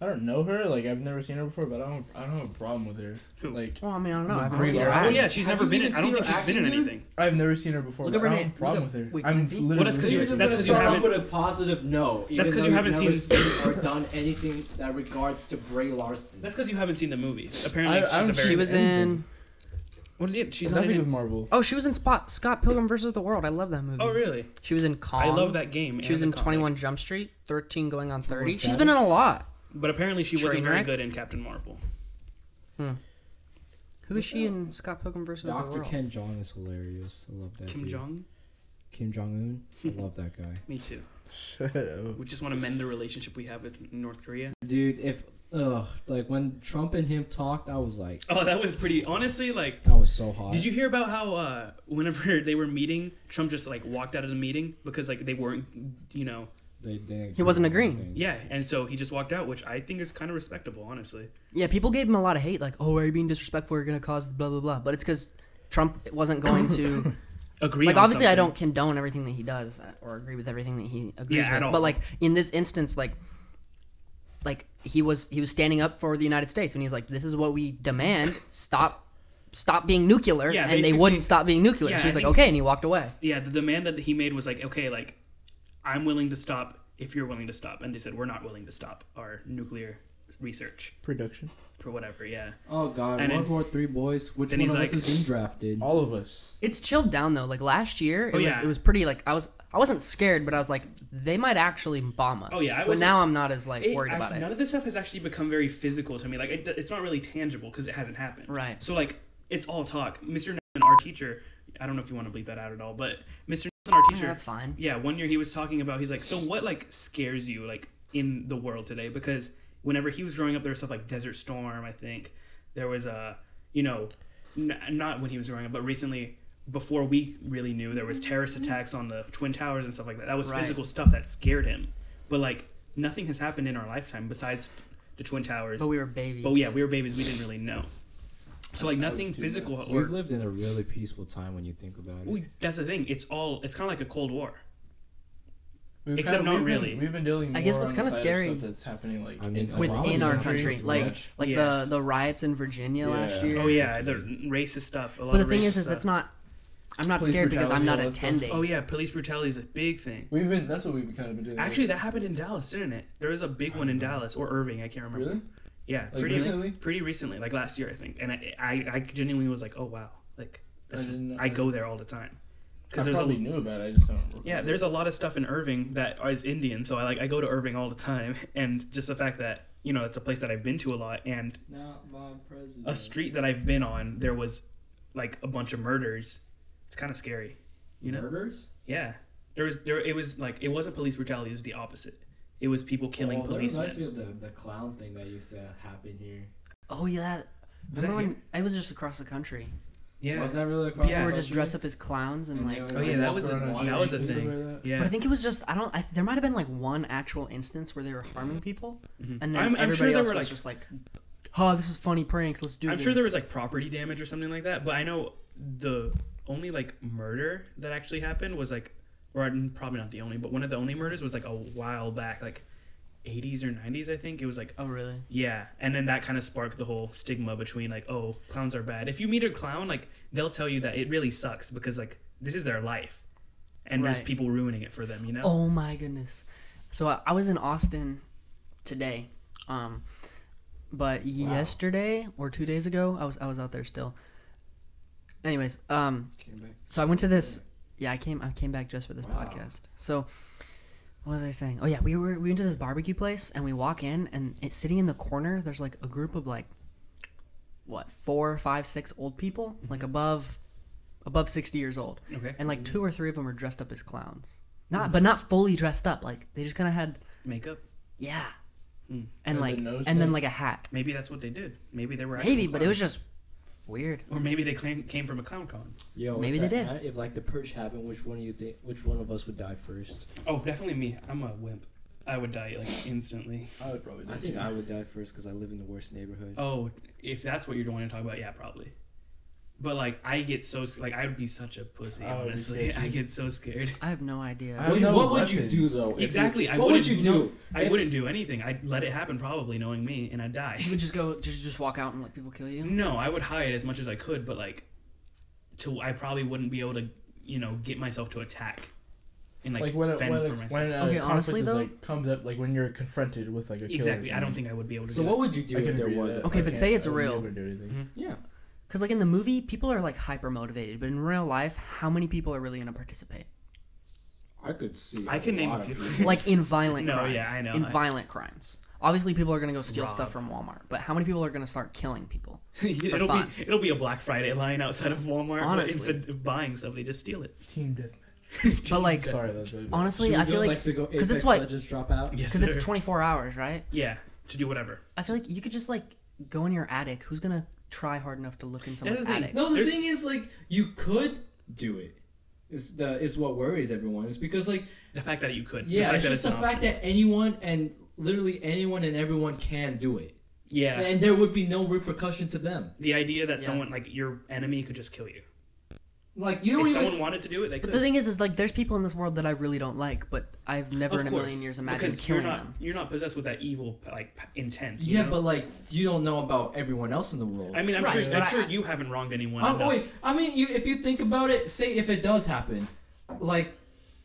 S3: I don't know her. Like I've never seen her before, but I don't. I don't have a problem with her.
S1: Who?
S3: Like
S2: Well, I mean, I don't know. I haven't
S3: Brie
S2: seen her
S1: Oh
S3: Larson.
S2: act.
S1: yeah, she's
S5: Have
S1: never
S5: you
S1: been
S5: even
S1: in. I don't
S5: seen
S1: think
S5: her
S1: she's been in
S5: acting, dude?
S1: anything.
S3: I've never seen her before.
S2: Look
S3: but
S2: at
S3: I don't
S2: Renee-
S3: have a problem
S2: look at-
S3: with her.
S2: wait,
S3: I'm
S2: can I see?
S3: literally
S1: Well, that's 'cause
S5: it.
S1: you-
S5: You're just
S1: that's
S5: gonna
S1: 'cause you
S5: start off
S1: haven't-
S5: with a positive no. even
S1: 'cause
S5: though
S1: you haven't
S5: you've never
S1: seen-
S5: or done anything that regards to Bray Larson.
S1: That's because you haven't seen the movie. Apparently,
S3: I- I
S1: she's a
S3: don't-
S1: very.
S2: She was in.
S1: What did she's not
S3: nothing
S1: in.
S3: with
S1: it.
S3: Marvel.
S2: Oh, she was in Spot, Scott Pilgrim versus the World. I love that movie.
S1: Oh really?
S2: She was in Calm.
S1: I love that game.
S2: She
S1: and
S2: was
S1: the
S2: in
S1: comic.
S2: Twenty One Jump Street, Thirteen going on Thirty.
S3: What's
S2: She's
S3: that?
S2: been in a lot.
S1: But apparently, she wasn't very
S2: Trainwreck?
S1: good in Captain Marvel.
S2: Who is she in Scott Pilgrim versus the
S5: Doctor
S2: World?
S5: Ken Jong is hilarious. I love that.
S1: Kim
S5: dude.
S1: Jong.
S5: Kim Jong Un. I love that guy.
S1: Me too.
S3: Shut up.
S1: We just want to mend the relationship we have with North Korea.
S5: Dude, if ugh, like when Trump and him talked, I was like,
S1: Oh, that was pretty. Honestly, like,
S5: that was so hot.
S1: did you hear about how uh, whenever they were meeting, Trump just like walked out of the meeting because like they weren't, you know,
S5: They, they
S2: He wasn't
S5: agree on
S2: agreeing.
S5: anything.
S1: yeah, and so he just walked out, which I think is kind of respectable, honestly.
S2: Yeah, people gave him a lot of hate, like, "Oh, are you being disrespectful? You're gonna cause blah blah blah." But it's because Trump wasn't going to
S1: Agree.
S2: like.
S1: on
S2: Obviously, I
S1: something.
S2: don't condone everything that he does uh, or agree with everything that he agrees
S1: Yeah, at
S2: with.
S1: all.
S2: But like in this instance, like, like he was he was standing up for the United States when he's like, "This is what we demand. Stop, stop being nuclear."
S1: Yeah,
S2: and they
S1: basically-
S2: wouldn't stop being nuclear.
S1: Yeah,
S2: so he's
S1: I
S2: like,
S1: think-
S2: "Okay," and he walked away.
S1: Yeah, the demand that he made was like, okay, like, I'm willing to stop if you're willing to stop, and they said we're not willing to stop our nuclear research
S3: Production.
S1: for whatever. Yeah,
S5: Oh God,
S1: And
S5: World
S1: then-
S5: War Three boys. Which
S1: then
S5: one of
S1: he's
S5: us
S1: like-
S5: is being drafted?
S3: All of us.
S2: It's chilled down though. Like last year, it
S1: Oh,
S2: was
S1: yeah.
S2: it was pretty like I was I wasn't scared, but I was like they might actually bomb us.
S1: Oh, yeah, I
S2: but
S1: wasn't-
S2: now I'm not as like
S1: It-
S2: worried
S1: I-
S2: about it.
S1: None of this stuff has actually become very physical to me. Like, it, it's not really tangible because it hasn't happened.
S2: Right.
S1: So like, it's all talk. Mr. Nelson, our teacher, I don't know if you want to bleep that out at all, but Mr. Nelson, our
S2: Yeah,
S1: teacher,
S2: that's fine.
S1: yeah one year he was talking about he's like so what like scares you like in the world today because whenever he was growing up there was stuff like desert storm i think there was a you know n- not when he was growing up but recently before we really knew there was terrorist attacks on the twin towers and stuff like that that was
S2: Mm-hmm. Right.
S1: physical stuff that scared him but like nothing has happened in our lifetime besides the twin towers
S2: But we were babies.
S1: but Oh, yeah we were babies we didn't really know so like nothing
S3: too
S1: physical
S5: We've
S1: or
S5: lived in a really peaceful time when you think about it.
S1: we, that's the thing it's all it's kind of like a cold war
S3: We've
S1: Except
S3: kinda-
S1: not
S3: we've been-
S1: really.
S3: we've been dealing.
S2: I guess
S3: more
S2: what's
S3: on the
S2: kinda
S3: side
S2: scary-
S3: stuff that's happening like
S5: I mean,
S3: in
S2: within our
S5: Yeah.
S2: country, like
S3: Much.
S2: like
S1: Yeah.
S2: the the riots in Virginia last
S3: Yeah.
S2: year.
S1: Oh yeah, the racist stuff. A lot
S2: But the
S1: of
S2: thing
S1: racist
S2: is, is
S1: stuff.
S2: that's not. I'm not
S3: Police
S2: scared because I'm
S3: brutality,
S2: not
S3: all that stuff.
S2: attending.
S1: Oh yeah, police brutality is a big thing.
S3: We've been. That's what we've kind of been doing.
S1: Actually, that happened in Dallas, didn't it? There was a big one in Dallas or Irving. I can't remember.
S3: really.
S1: Yeah,
S3: Like,
S1: pretty
S3: recently?
S1: pretty recently, like last year, I think. And I I, I genuinely was like, oh wow, like that's,
S3: I
S1: I,
S3: didn't-
S1: go there all the time because
S3: Because I
S1: there's
S3: probably
S1: a
S3: knew about it. I just don't. Remember
S1: yeah, there's a lot of stuff in Irving that is Indian, so I like I go to Irving all the time, and just the fact that you know it's a place that I've been to a lot, and
S5: Not my president.
S1: a street that I've been on, there was like a bunch of murders. It's kind of scary, you know.
S5: Murders?
S1: Yeah, there was there. It was like it wasn't police brutality. It was the opposite. It was people killing
S5: oh,
S1: policemen.
S5: That reminds me of the, the clown thing that used to happen here.
S2: Oh yeah.
S1: Was that
S2: Remember when
S1: here?
S2: I was just across the country?
S1: Yeah,
S5: Was that really across
S1: Yeah.
S2: People
S5: the
S2: would just
S5: country?
S2: dress up as clowns and
S5: And
S2: like.
S5: they would,
S1: Oh, yeah,
S5: like,
S1: that
S5: walk
S1: was a-
S5: around on
S1: that
S5: the
S1: was a
S5: streets and
S1: thing.
S5: stuff like that?
S1: yeah.
S2: But I think it was just I don't I, there might have been like one actual instance where they were harming people, and then
S1: Mm-hmm. I'm- I'm sure
S2: everybody
S1: there
S2: else
S1: were,
S2: was
S1: like-
S2: just like, "Oh, this is funny pranks. Let's do."
S1: I'm sure there
S2: this."
S1: was like property damage or something like that. But I know the only like murder that actually happened was like, or probably not the only, but one of the only murders was like a while back, like 80s or 90s, I think. It was like
S2: Oh really?
S1: Yeah, and then that kind of sparked the whole stigma between like, oh, clowns are bad. If you meet a clown, like they'll tell you that it really sucks because like this is their life. and there's
S2: Right.
S1: people ruining it for them. You know.
S2: Oh my goodness. So I, I was in Austin today. Um but yesterday or 2 days ago, I was I was out there still. Anyways, um
S4: Came back.
S2: so I went to this yeah, I came I came back just for this podcast. So what was I saying? Oh yeah, we were we went to this barbecue place and we walk in and it's sitting in the corner, there's like a group of like what, four, five, six old people, like above above 60 years old
S1: Okay.
S2: and like two or three of them were dressed up as clowns. Not, but not fully dressed up. Like they just kind of had,
S1: Makeup.
S2: yeah,
S1: Hmm.
S2: and
S3: the
S2: like,
S3: nose
S2: and then
S3: thing?
S2: like a hat,
S1: Maybe that's what they did. Maybe they were. actual
S2: maybe. But it was
S1: clowns.
S2: just weird.
S1: Or maybe they claim, came from a clown con.
S4: Yo, if
S2: Maybe they
S4: that
S2: did.
S4: ha- If like the purge happened, which one you think? Which one of us would die first?
S1: Oh, definitely me. I'm a wimp. I would die like instantly.
S3: I would probably.
S4: I
S3: do
S4: think
S3: too.
S4: I would die first because I live in the worst neighborhood.
S1: Oh, if that's what you're going to talk about, yeah, probably. But like, I get so sc- like I would be such a pussy.
S3: I would be
S1: honestly,
S3: too.
S1: I get so scared.
S2: I have no idea.
S3: I-
S4: Wait,
S3: no
S4: what would you
S3: weapons.
S4: do though? if you-
S1: Exactly, I
S4: What would
S1: wouldn't
S4: you do?
S1: I
S4: If-
S1: wouldn't do anything. I'd let it happen, probably knowing me, and I'd die.
S2: you would just go, just just walk out and let people kill you.
S1: No, I would hide as much as I could, but like, to I probably wouldn't be able to, you know, get myself to attack, and like,
S3: Like, when it,
S1: fend
S3: when,
S1: for
S3: it,
S1: myself.
S3: when uh,
S2: Okay,
S3: conflict
S2: honestly,
S3: is,
S2: though-
S3: like, comes up like when you're confronted with like a killer or
S1: exactly, I don't
S3: something.
S1: think I would be able to.
S4: So
S1: do
S4: what would you do
S3: I
S4: if
S3: can
S4: there
S3: agree with
S4: was?
S3: that.
S4: a-
S2: Okay,
S3: I
S2: but
S3: can't-
S2: say it's
S3: I would
S2: real.
S3: never do anything.
S4: Yeah.
S2: Because like in the movie, people are like hyper motivated, but in real life, how many people are really gonna participate?
S4: I could see.
S1: I can name a
S4: lot of
S1: few.
S4: people.
S2: Like in violent
S1: No,
S2: crimes.
S1: yeah, I know.
S2: In
S1: I-
S2: violent crimes. Obviously, people are gonna go steal
S1: Rob.
S2: stuff from Walmart, but how many people are gonna start killing people?
S1: that.
S2: for
S1: it'll
S2: fun.
S1: be it'll be a Black Friday line outside of Walmart. but
S2: Honestly.
S1: instead of buying stuff, they just steal it.
S3: Team deathmatch.
S2: But like,
S3: Sorry, that's it.
S2: honestly,
S4: Should we
S2: I
S4: do
S2: feel
S4: it,
S2: like
S4: to go
S2: because it's
S4: Apex
S2: what
S4: Legends drop out.
S1: Yes,
S2: because
S1: sir.
S2: it's twenty four hours, right?
S1: yeah to do whatever.
S2: I feel like you could just like go in your attic. Who's gonna try hard enough to look in
S1: That's
S2: someone's
S1: the thing.
S2: attic?
S4: No, the
S1: There's-
S4: thing is, like, you could do it. It's the it's what worries everyone. It's because like
S1: The fact that you could. the
S4: yeah,
S1: fact
S4: it's
S1: that
S4: just
S1: an
S4: the fact
S1: option.
S4: that anyone and literally anyone and everyone can do it,
S1: yeah,
S4: and there would be no repercussion to them.
S1: the idea that
S2: Yeah.
S1: someone like your enemy could just kill you.
S4: Like you don't
S1: if
S4: even.
S1: someone wanted to do it, they
S2: But
S1: could.
S2: the thing is, is like there's people in this world that I really don't like, but I've never
S1: Of
S2: in a
S1: course,
S2: million years imagined
S1: because you're
S2: killing
S1: not,
S2: them.
S1: You're not possessed with that evil like p- intent. you
S4: yeah,
S1: know?
S4: but like you don't know about everyone else in the world.
S1: I mean, I'm
S2: Right,
S1: sure.
S2: but
S1: I'm
S2: I-
S1: sure you haven't wronged anyone.
S4: I'm,
S1: enough.
S4: Um, wait, I mean, you if you think about it, say if it does happen, like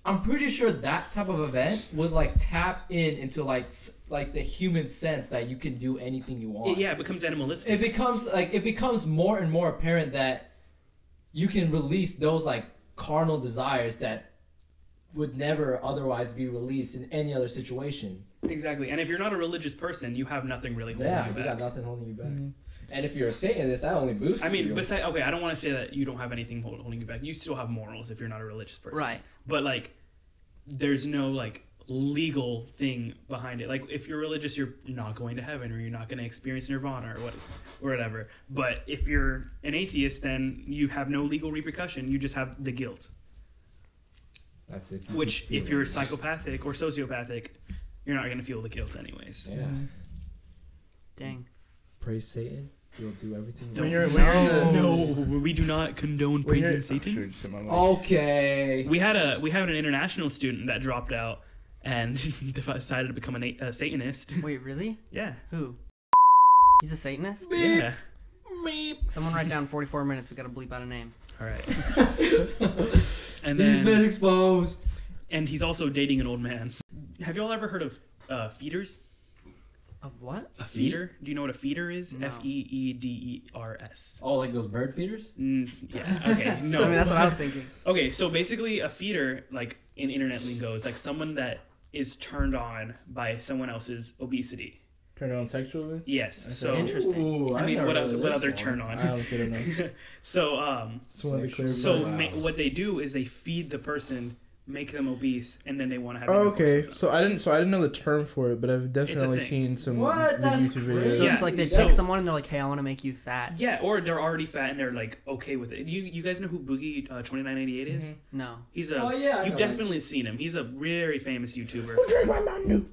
S4: I'm pretty sure that type of event would like tap in into like s- like the human sense that you can do anything you want.
S1: It- yeah, it becomes animalistic.
S4: It becomes like it becomes more and more apparent that you can release those like carnal desires that would never otherwise be released in any other situation.
S1: exactly. And if you're not a religious person, you have nothing really holding
S4: Yeah,
S1: you
S4: you got
S1: back.
S4: nothing holding you back. And if you're a Satanist, that only boosts.
S1: I mean,
S4: you.
S1: besides, okay, I don't want to say that you don't have anything hold, holding you back. You still have morals if you're not a religious person.
S2: Right.
S1: But like, there's no like legal thing behind it. Like, if you're religious, you're not going to heaven, or you're not going to experience nirvana, or what, or whatever. But if you're an atheist, then you have no legal repercussion. You just have the guilt.
S4: that's it.
S1: Which, if you're psychopathic or sociopathic, you're not going to feel the guilt anyways.
S4: yeah,
S2: Dang.
S4: praise Satan, you'll do everything.
S3: When
S1: Don't-
S3: you're when you're the-
S1: No, we do not condone
S3: when you're-
S1: praising Satan.
S3: Sure, just in my life.
S4: Okay.
S1: We had a we had an international student that dropped out and decided to become a, a Satanist.
S2: Wait, really?
S1: Yeah.
S2: Who? He's a Satanist.
S1: Yeah.
S4: Meep.
S2: Someone write down 44 minutes. We gotta bleep out a name.
S1: All right. and then
S4: exposed.
S1: and he's also dating an old man. Have y'all ever heard of uh, feeders?
S2: Of what?
S1: A feeder? Do you know what a feeder is?
S2: No.
S1: F E E D E R S.
S4: Oh, like those bird feeders?
S1: Mm, yeah. Okay. No.
S2: I mean, that's what I was thinking.
S1: Okay, so basically, a feeder, like in internet lingo, is like someone that is turned on by someone else's obesity.
S3: Turn on sexually.
S1: Yes. So
S2: Interesting.
S4: Ooh,
S1: I mean,
S4: never
S1: what
S4: heard
S1: else-
S4: of
S1: what
S4: this
S1: other
S4: one.
S1: turn on?
S3: I honestly don't know.
S1: so um
S3: Just want to be clear. about
S1: so
S3: that.
S1: ma- what they do is they feed the person, make them obese, and then they want to have. intercourse
S3: Oh, Okay,
S1: with them.
S3: so I didn't. So I didn't know the term for it, but I've definitely
S1: thing.
S3: seen some
S4: What? That's
S3: YouTube
S4: crazy.
S3: videos.
S2: So
S1: Yeah.
S2: it's like they
S1: So-
S2: pick someone and they're like, "Hey, I want to make you fat."
S1: Yeah, or they're already fat and they're like okay with it. You you guys know who Boogie uh, twenty nine eighty eight is?
S2: No.
S1: He's a
S4: Oh, yeah, I
S1: you've
S4: know him.
S1: uh, definitely seen him. He's a very famous YouTuber.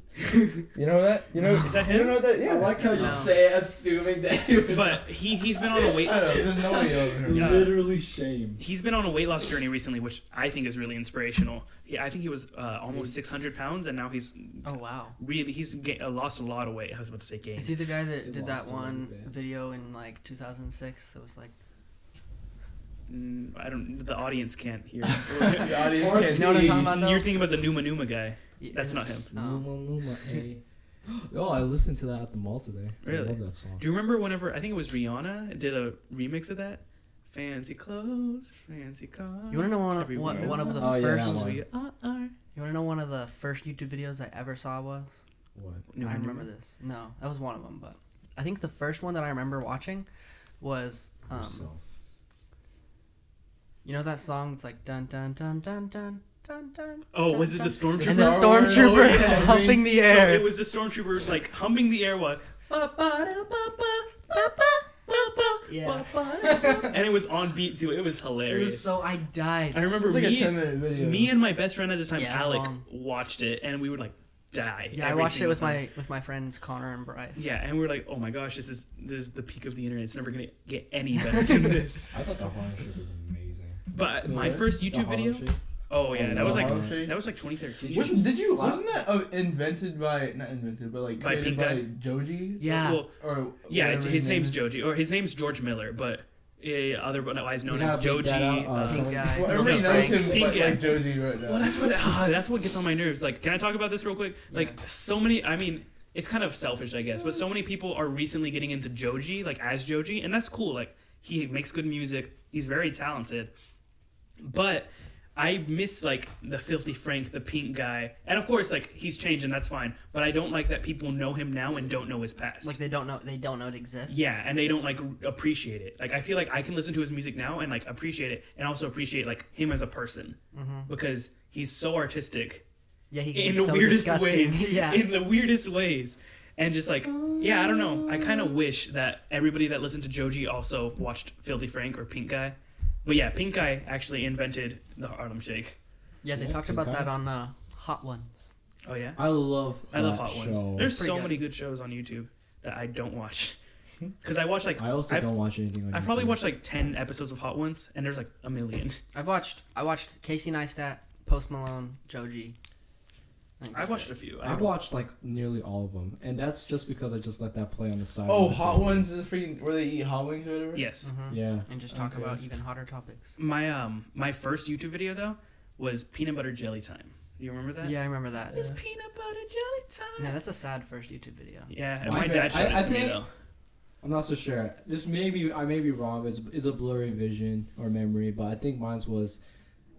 S3: You know that? You know?
S1: Is that
S3: You
S1: him?
S3: know that?
S4: I
S3: Yeah.
S4: like how you
S2: No.
S4: say it, assuming that you would
S1: But he he's been on a weight
S3: I don't know. There's no way over here.
S1: Yeah.
S4: literally shame.
S1: he's been on a weight loss journey recently, which I think is really inspirational. He, I think he was uh, almost six hundred pounds, and now he's
S2: Oh wow.
S1: really he's ga- uh, lost a lot of weight. I was about to say gained.
S2: Is he the guy that
S4: It
S2: did
S4: lost
S2: that
S4: a little
S2: one
S4: bit.
S2: video in like 2006 that was like,
S1: mm, I don't. The audience can't hear.
S3: The audience
S5: Or
S3: can't
S5: see-
S2: You know what I'm talking about, though?
S1: You're thinking about the Numa Numa guy. That's not him.
S2: Oh.
S4: Luma Luma, hey. Oh, I listened to that at the mall today.
S1: Really?
S4: I love that song.
S1: Do you remember whenever I think it was Rihanna did a remix of that? Fancy clothes, fancy cars.
S2: You want to know one,
S1: Everywhere.
S2: one, one of the
S4: Oh, yeah, that
S2: first?
S4: one.
S1: We uh-uh. are.
S2: You want to know one of the first YouTube videos I ever saw was?
S4: What?
S1: Numa
S2: I remember
S1: Numa.
S2: this. No, that was one of them, but I think the first one that I remember watching was um,
S4: Yourself.
S2: you know that song that's like dun dun dun dun dun dun dun.
S1: Oh,
S2: dun,
S1: was it the
S2: dun,
S1: stormtrooper?
S2: And the
S3: Star Wars?
S2: stormtrooper
S3: Oh, yeah.
S2: humping the air.
S1: So it was the stormtrooper like humming the air one.
S2: Yeah.
S1: and it was on beat too. It was hilarious.
S2: so I died.
S1: I remember
S3: It's like a
S1: me,
S3: 10 minute video.
S1: me and my best friend at the time,
S2: Yeah, it was
S1: Alec,
S2: long.
S1: watched it and we would like die.
S2: Yeah, I
S1: every
S2: watched it
S1: single
S2: with
S1: time.
S2: my with my friends Connor and Bryce.
S1: Yeah, and we were like, oh my gosh, this is this is the peak of the internet. It's never gonna get any better than this.
S7: I thought the Harlem Shake was amazing.
S1: But my
S4: What?
S1: first
S7: The
S1: YouTube
S7: Harlem
S1: video.
S7: Shake?
S1: Oh yeah, that was like
S3: Harlem Shake?
S1: that was like 2013.
S7: Did
S3: Wasn't, did you?
S7: Slap.
S3: Wasn't that uh, invented by not invented, but like
S1: By
S3: created
S1: Pink Guy?
S3: by Joji?
S2: Yeah.
S1: Well,
S3: Or
S1: yeah,
S3: whatever
S1: his
S3: name
S1: name's
S3: is.
S1: Joji, or his name's George Miller, but uh, otherwise known
S4: Yeah,
S1: as
S4: Big
S1: Joji.
S4: Data, uh,
S1: uh,
S2: Pink guy.
S1: Phil
S3: Well, everybody knows
S1: Frank.
S3: him
S1: Pink
S3: like,
S1: Guy.
S3: like Joji right now.
S1: Well, that's what ah, that's what gets on my nerves. Like, can I talk about this real quick? Like,
S2: Yeah.
S1: so many. I mean, it's kind of selfish, I guess, but so many people are recently getting into Joji, like as Joji, and that's cool. Like, he makes good music. He's very talented, but I miss like the filthy Frank, the pink guy, and of course, like he's changing. That's fine, but I don't like that people know him now and don't know his past.
S2: Like they don't know they don't know it exists.
S1: Yeah, and they don't like r- appreciate it. Like I feel like I can listen to his music now and like appreciate it, and also appreciate like him as a person because he's so artistic
S2: Yeah, Mm-hmm. he
S1: in
S2: can
S1: the
S2: be so
S1: weirdest
S2: disgusting.
S1: ways.
S2: yeah.
S1: in the weirdest ways, and just like yeah, I don't know. I kind of wish that everybody that listened to Joji also watched Filthy Frank or Pink Guy, but yeah, Pink Guy actually invented the Harlem Shake.
S2: yeah, they
S4: Yeah,
S2: talked
S4: Pink
S2: about
S4: Guy.
S2: that on uh, Hot Ones.
S1: Oh yeah,
S4: I love.
S1: I love
S4: that
S1: Hot
S4: show.
S1: Ones. There's
S2: pretty
S1: so
S2: good. Hmm?
S1: many good shows on YouTube that I don't watch because I watch like
S4: I also
S1: I've-
S4: don't watch anything. on
S1: I've probably
S4: YouTube.
S1: watched like ten episodes of Hot Ones, and there's like a million.
S2: I've watched I watched Casey Neistat, Post Malone, Joji. I think
S1: I
S2: that's
S1: watched
S2: it.
S1: a few. I
S4: I've
S1: don't-
S4: watched like nearly all of them, and that's just because I just let that play on the side.
S3: Oh,
S4: of my
S3: hot
S4: phone.
S3: ones is freaking where they eat hot wings or whatever.
S1: Yes,
S2: Mhm.
S4: Yeah.
S2: and just talk
S3: Okay.
S2: about even hotter topics.
S1: my um my first YouTube video though was peanut butter jelly time. You remember that?
S2: Yeah, I remember that.
S1: It's peanut butter jelly time.
S2: No, that's a sad first YouTube video.
S1: Yeah, and
S4: My
S1: my
S4: fa-
S1: dad showed
S4: I-
S1: it
S4: I
S1: to me
S4: think-
S1: though.
S4: I'm not so sure. This may be I may be wrong. but It's it's a blurry vision or memory, but I think mine's was.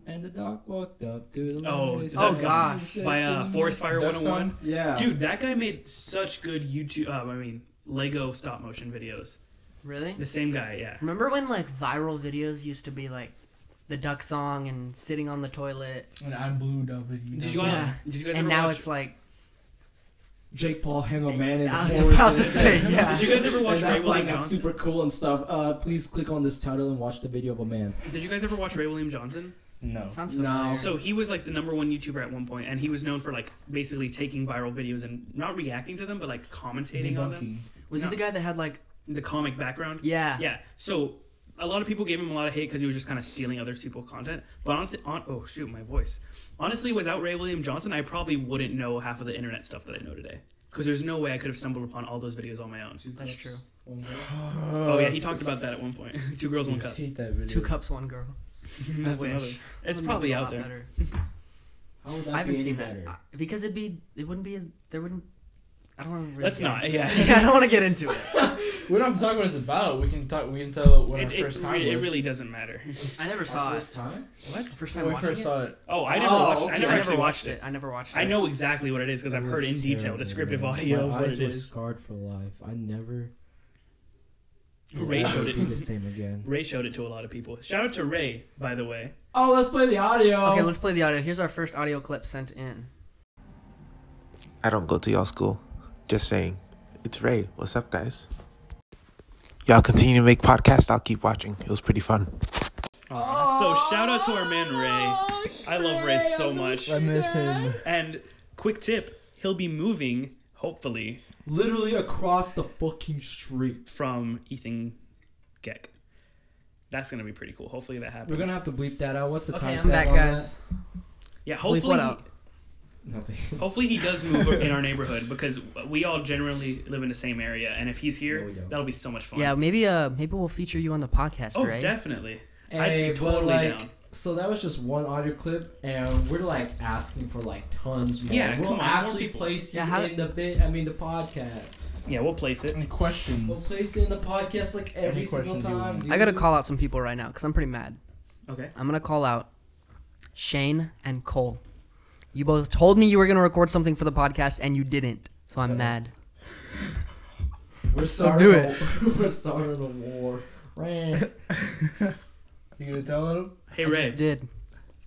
S4: And the dog walked up to the.
S1: Oh,
S4: lady,
S1: the
S4: said
S2: Oh,
S4: to
S2: gosh.
S4: me, said
S1: By
S4: to
S1: uh,
S4: me-
S1: Forest Fire
S3: Duck
S1: 101.
S4: Yeah.
S1: Dude, that guy made such good YouTube. Uh, I mean, Lego stop motion videos.
S2: Really?
S1: The same guy, yeah.
S2: Remember when like viral videos used to be like the duck song and sitting on the toilet,
S3: And I blew David.
S1: Did
S3: know.
S1: you,
S2: Yeah.
S1: yeah. did you guys ever
S2: and now
S1: watch,
S2: it's like
S4: Jake Paul hang a man in
S2: I
S4: the
S2: was
S4: forest
S2: about
S4: and-
S2: to say, yeah.
S1: Did you guys ever watch
S4: and that's
S1: Ray William
S4: like that's
S1: Johnson?
S4: super cool and stuff. Uh, please click on this title and watch the video of a man.
S1: Did you guys ever watch Ray William Johnson?
S3: No.
S2: sounds
S4: No.
S2: familiar.
S1: So he was like the number one YouTuber at one point, and he was known for like basically taking viral videos and not reacting to them, but like commentating on them.
S3: Debunking.
S2: was
S1: no.
S2: he the guy that had like
S1: The comic background.
S2: yeah,
S1: Yeah. So a lot of people gave him a lot of hate because he was just kind of stealing other people's content. But on, on oh shoot, my voice. Honestly, without Ray William Johnson, I probably wouldn't know half of the internet stuff that I know today. Because there's no way I could have stumbled upon all those videos on my own.
S2: that's true.
S1: Oh
S3: Uh,
S1: yeah, he talked about that at one point. Two girls, one
S3: I
S1: cup.
S3: hate that video.
S2: Two cups, one girl.
S1: That's
S2: I
S1: another.
S2: wish.
S1: It's
S2: Would've been
S1: probably
S2: a
S1: out
S2: lot
S1: there.
S2: better.
S4: How would that
S2: I haven't
S4: be any
S2: seen
S4: better?
S2: that I- because it'd be it wouldn't be as there wouldn't. I don't want to. Really
S1: Let's
S2: get
S1: not,
S2: into it.
S1: yeah.
S2: I don't want to get into it.
S3: We don't have to talk what it's about. We can talk. We can tell what
S1: It,
S3: our
S1: it
S3: first time
S1: re- it
S3: was.
S1: really doesn't matter.
S2: I never
S4: Our
S2: saw it.
S4: first time?
S1: What?
S2: First time
S3: When we
S2: watching
S3: first
S2: it.
S3: saw it.
S1: Oh, I never
S4: Oh,
S1: watched. I
S4: okay.
S1: never
S2: I
S1: actually
S2: never
S1: watched it.
S2: I never watched it.
S1: I know exactly what it is because I've
S4: It
S1: heard in
S4: was
S1: detail
S4: terrible,
S1: descriptive
S4: man.
S1: audio of
S4: My
S1: what
S4: eyes
S1: it
S4: were
S1: is.
S4: scarred for life. I never.
S1: Ray
S4: I'll
S1: showed
S4: never
S1: it.
S4: be the same again.
S1: Ray showed it to a lot of people. Shout out to Ray, by the way.
S4: Oh, let's play the audio.
S2: Okay, let's play the audio. Here's our first audio clip sent in.
S8: I don't go to y'all school. Just saying. It's Ray. What's up, guys? Y'all continue to make podcasts. I'll keep watching. It was pretty fun.
S1: Uh, So shout out to our man Ray. I love Ray so much.
S3: I miss him.
S1: And quick tip, he'll be moving hopefully
S4: Literally across the fucking street.
S1: from Ethan Geck. That's gonna be pretty cool. Hopefully that happens.
S4: We're gonna have to bleep that out. What's the
S2: Okay,
S4: time
S2: I'm back, guys.
S1: yeah.
S2: Leave
S1: Hopefully,
S2: what out?
S4: Nothing.
S1: hopefully he does move in our neighborhood because we all generally live in the same area. And if he's
S4: No,
S1: here,
S4: we don't.
S1: that'll be so much fun.
S2: Yeah, maybe uh, maybe we'll feature you on the podcast,
S1: Oh,
S2: Ray.
S1: definitely. I'd be
S4: Hey, but,
S1: totally
S4: like,
S1: down.
S4: So that was just one audio clip, and we're like asking for like tons more.
S1: Yeah,
S4: we'll
S1: come on, more
S4: actually
S1: people.
S4: place you
S2: Yeah, how-
S4: in the bit. I mean, the podcast.
S1: Yeah, we'll place it.
S3: Any
S4: We'll
S3: questions?
S4: place you in the podcast like every
S3: Any
S4: single
S3: questions you
S4: time.
S3: want?
S4: dude.
S2: I gotta call out some people right now because I'm pretty mad.
S1: Okay.
S2: I'm gonna call out Shane and Cole. You both told me you were gonna record something for the podcast and you didn't, so I'm mad.
S4: We're
S2: So do
S4: starting a- we're starting a war. Right.
S3: You gonna tell him?
S1: Hey
S2: I just
S1: Ray,
S2: did.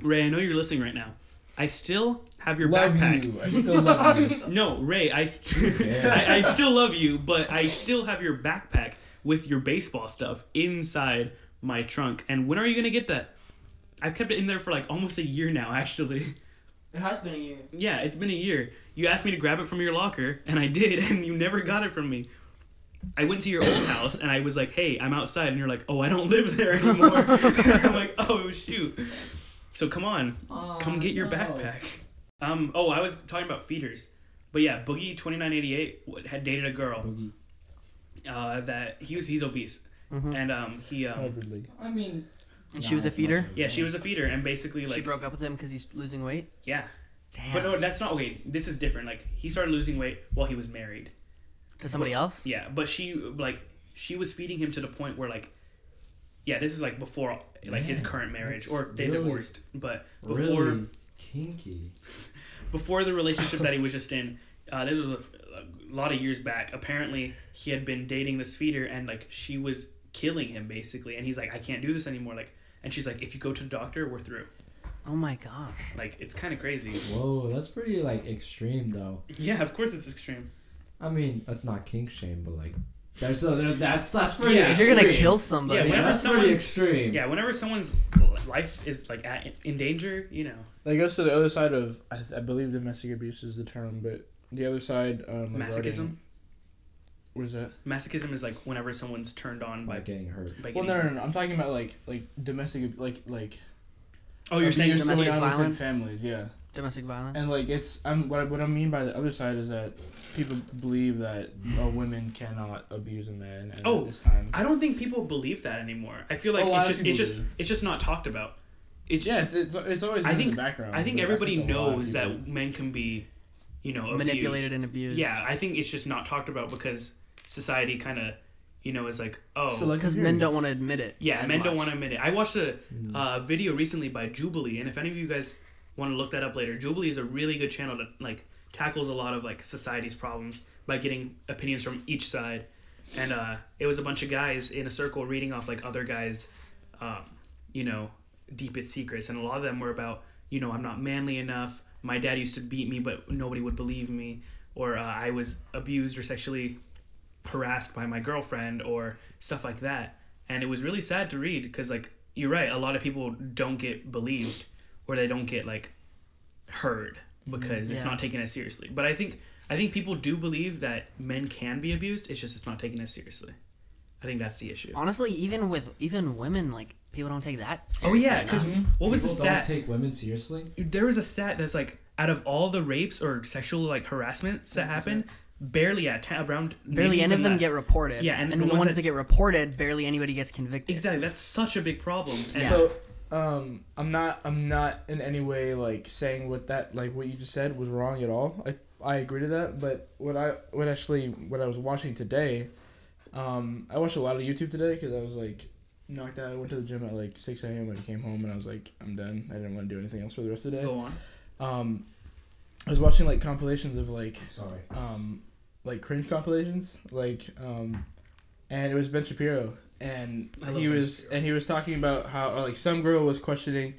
S1: Ray, I know you're listening right now. I still have your
S3: love
S1: backpack.
S3: you. I still love you.
S1: No, Ray, I, st- I I still love you, but I still have your backpack with your baseball stuff inside my trunk. And when are you gonna get that? I've kept it in there for like almost a year now, actually.
S9: It has been a year.
S1: Yeah, it's been a year. You asked me to grab it from your locker, and I did, and you never got it from me. I went to your old house, and I was like, "Hey, I'm outside," and you're like, "Oh, I don't live there anymore." I'm like, "Oh shoot!" So come on, come get your
S9: Oh,
S4: no.
S1: backpack. Um. Oh, I was talking about feeders, but yeah, Boogie twenty nine eighty eight had dated a girl.
S4: Boogie.
S1: Uh, that he was he's obese,
S2: Mhm.
S1: and um he
S4: Oh,
S1: um
S3: Overly.
S4: I mean,
S2: And she was a feeder.
S1: yeah she was a feeder, and basically
S2: She
S1: like
S2: broke up with him because he's losing weight.
S1: yeah,
S2: Damn.
S1: but no, that's not okay. This is different. Like he started losing weight while he was married.
S2: to somebody else.
S1: Yeah, but she like she was feeding him to the point where like yeah, this is like before like his
S4: Man,
S1: current marriage
S4: that's
S1: or they
S4: really-
S1: divorced, but before
S4: really kinky.
S1: before the relationship that he was just in, uh, this was a, a lot of years back. Apparently, he had been dating this feeder, and like she was killing him basically, and he's like, I can't do this anymore. Like, and she's like, If you go to the doctor, we're through.
S2: Oh my gosh.
S1: Like, it's kind of crazy.
S4: Whoa, that's pretty like extreme though.
S1: Yeah, of course it's extreme.
S4: I mean, that's not kink shame, but like, there's a, there- that's that's pretty.
S1: Yeah,
S2: If you're gonna
S4: extreme.
S2: kill somebody.
S1: Yeah,
S4: Yeah,
S1: whenever
S4: that's pretty
S1: someone's-
S4: extreme.
S1: Yeah, whenever someone's life is like at, in danger, you know,
S3: That goes to the other side of, I, I believe domestic abuse is the term, but the other side. Um,
S1: masochism.
S3: Was that?
S1: Masochism is like whenever someone's turned on by
S4: by getting hurt.
S1: By
S3: Well,
S1: getting-
S3: no, no, no. I'm talking about like like domestic, ab- like like.
S1: Oh, you're saying
S3: abuse
S2: domestic
S3: going on within
S2: violence?
S3: Families, yeah.
S2: Domestic violence.
S3: And like it's I'm what I, what I mean by the other side is that people believe that uh, women cannot abuse a man at
S1: Oh,
S3: this time.
S1: I don't think people believe that anymore. I feel like
S3: A lot
S1: it's just
S3: of people
S1: it's just
S3: do.
S1: it's just not talked about. It's
S3: yeah, it's, it's, it's always
S1: I
S3: been in
S1: think-
S3: the background.
S1: I think
S3: but
S1: everybody
S3: a lot of
S1: knows
S3: people-
S1: that men can be, you know, abused.
S2: manipulated and abused.
S1: Yeah, I think it's just not talked about because society kind of, you know, is like, oh,
S3: Selective
S2: Because men
S3: hearing.
S2: don't want to admit it.
S1: yeah,
S2: as
S1: men don't
S2: much.
S1: want to admit it. I watched a uh, video recently by Jubilee, and if any of you guys want to look that up later, Jubilee is a really good channel that like tackles a lot of like society's problems by getting opinions from each side. And uh, it was a bunch of guys in a circle reading off like other guys, um, you know, deepest secrets, and a lot of them were about you know I'm not manly enough. My dad used to beat me, but nobody would believe me, or uh, I was abused or sexually harassed by my girlfriend or stuff like that and it was really sad to read because like you're right a lot of people don't get believed or they don't get like heard because it's
S2: Mm-hmm. Yeah.
S1: not taken as seriously but i think i think people do believe that men can be abused it's just it's not taken as seriously i think that's the issue
S2: Honestly, even with even women, like people don't take that.
S1: oh
S2: Seriously
S1: yeah because
S2: enough.
S1: what was the
S4: People
S1: stat
S4: Don't take women seriously.
S1: there was a stat that's like out of all the rapes or sexual like harassments that happen barely at ta- around
S2: Mm-hmm. barely
S1: maybe even
S2: any of them
S1: less.
S2: get reported.
S1: Yeah, and
S2: then the ones, that... get reported, barely anybody gets convicted.
S1: exactly that's such a big problem and
S3: So, um, I'm not I'm not in any way like saying what that like what you just said was wrong at all. I I agree to that, but what I what actually what I was watching today, um, I watched a lot of YouTube today because I was like knocked out. I went to the gym at like six a.m. when I came home, and I was like I'm done. I didn't want to do anything else for the rest of the day.
S1: go on
S3: Um, I was watching like compilations of like
S4: Sorry.
S3: um, like cringe compilations, like, um, and it was Ben Shapiro, and
S1: I love
S3: he
S1: Ben
S3: was
S1: Shapiro.
S3: and he was talking about how or, like some girl was questioning,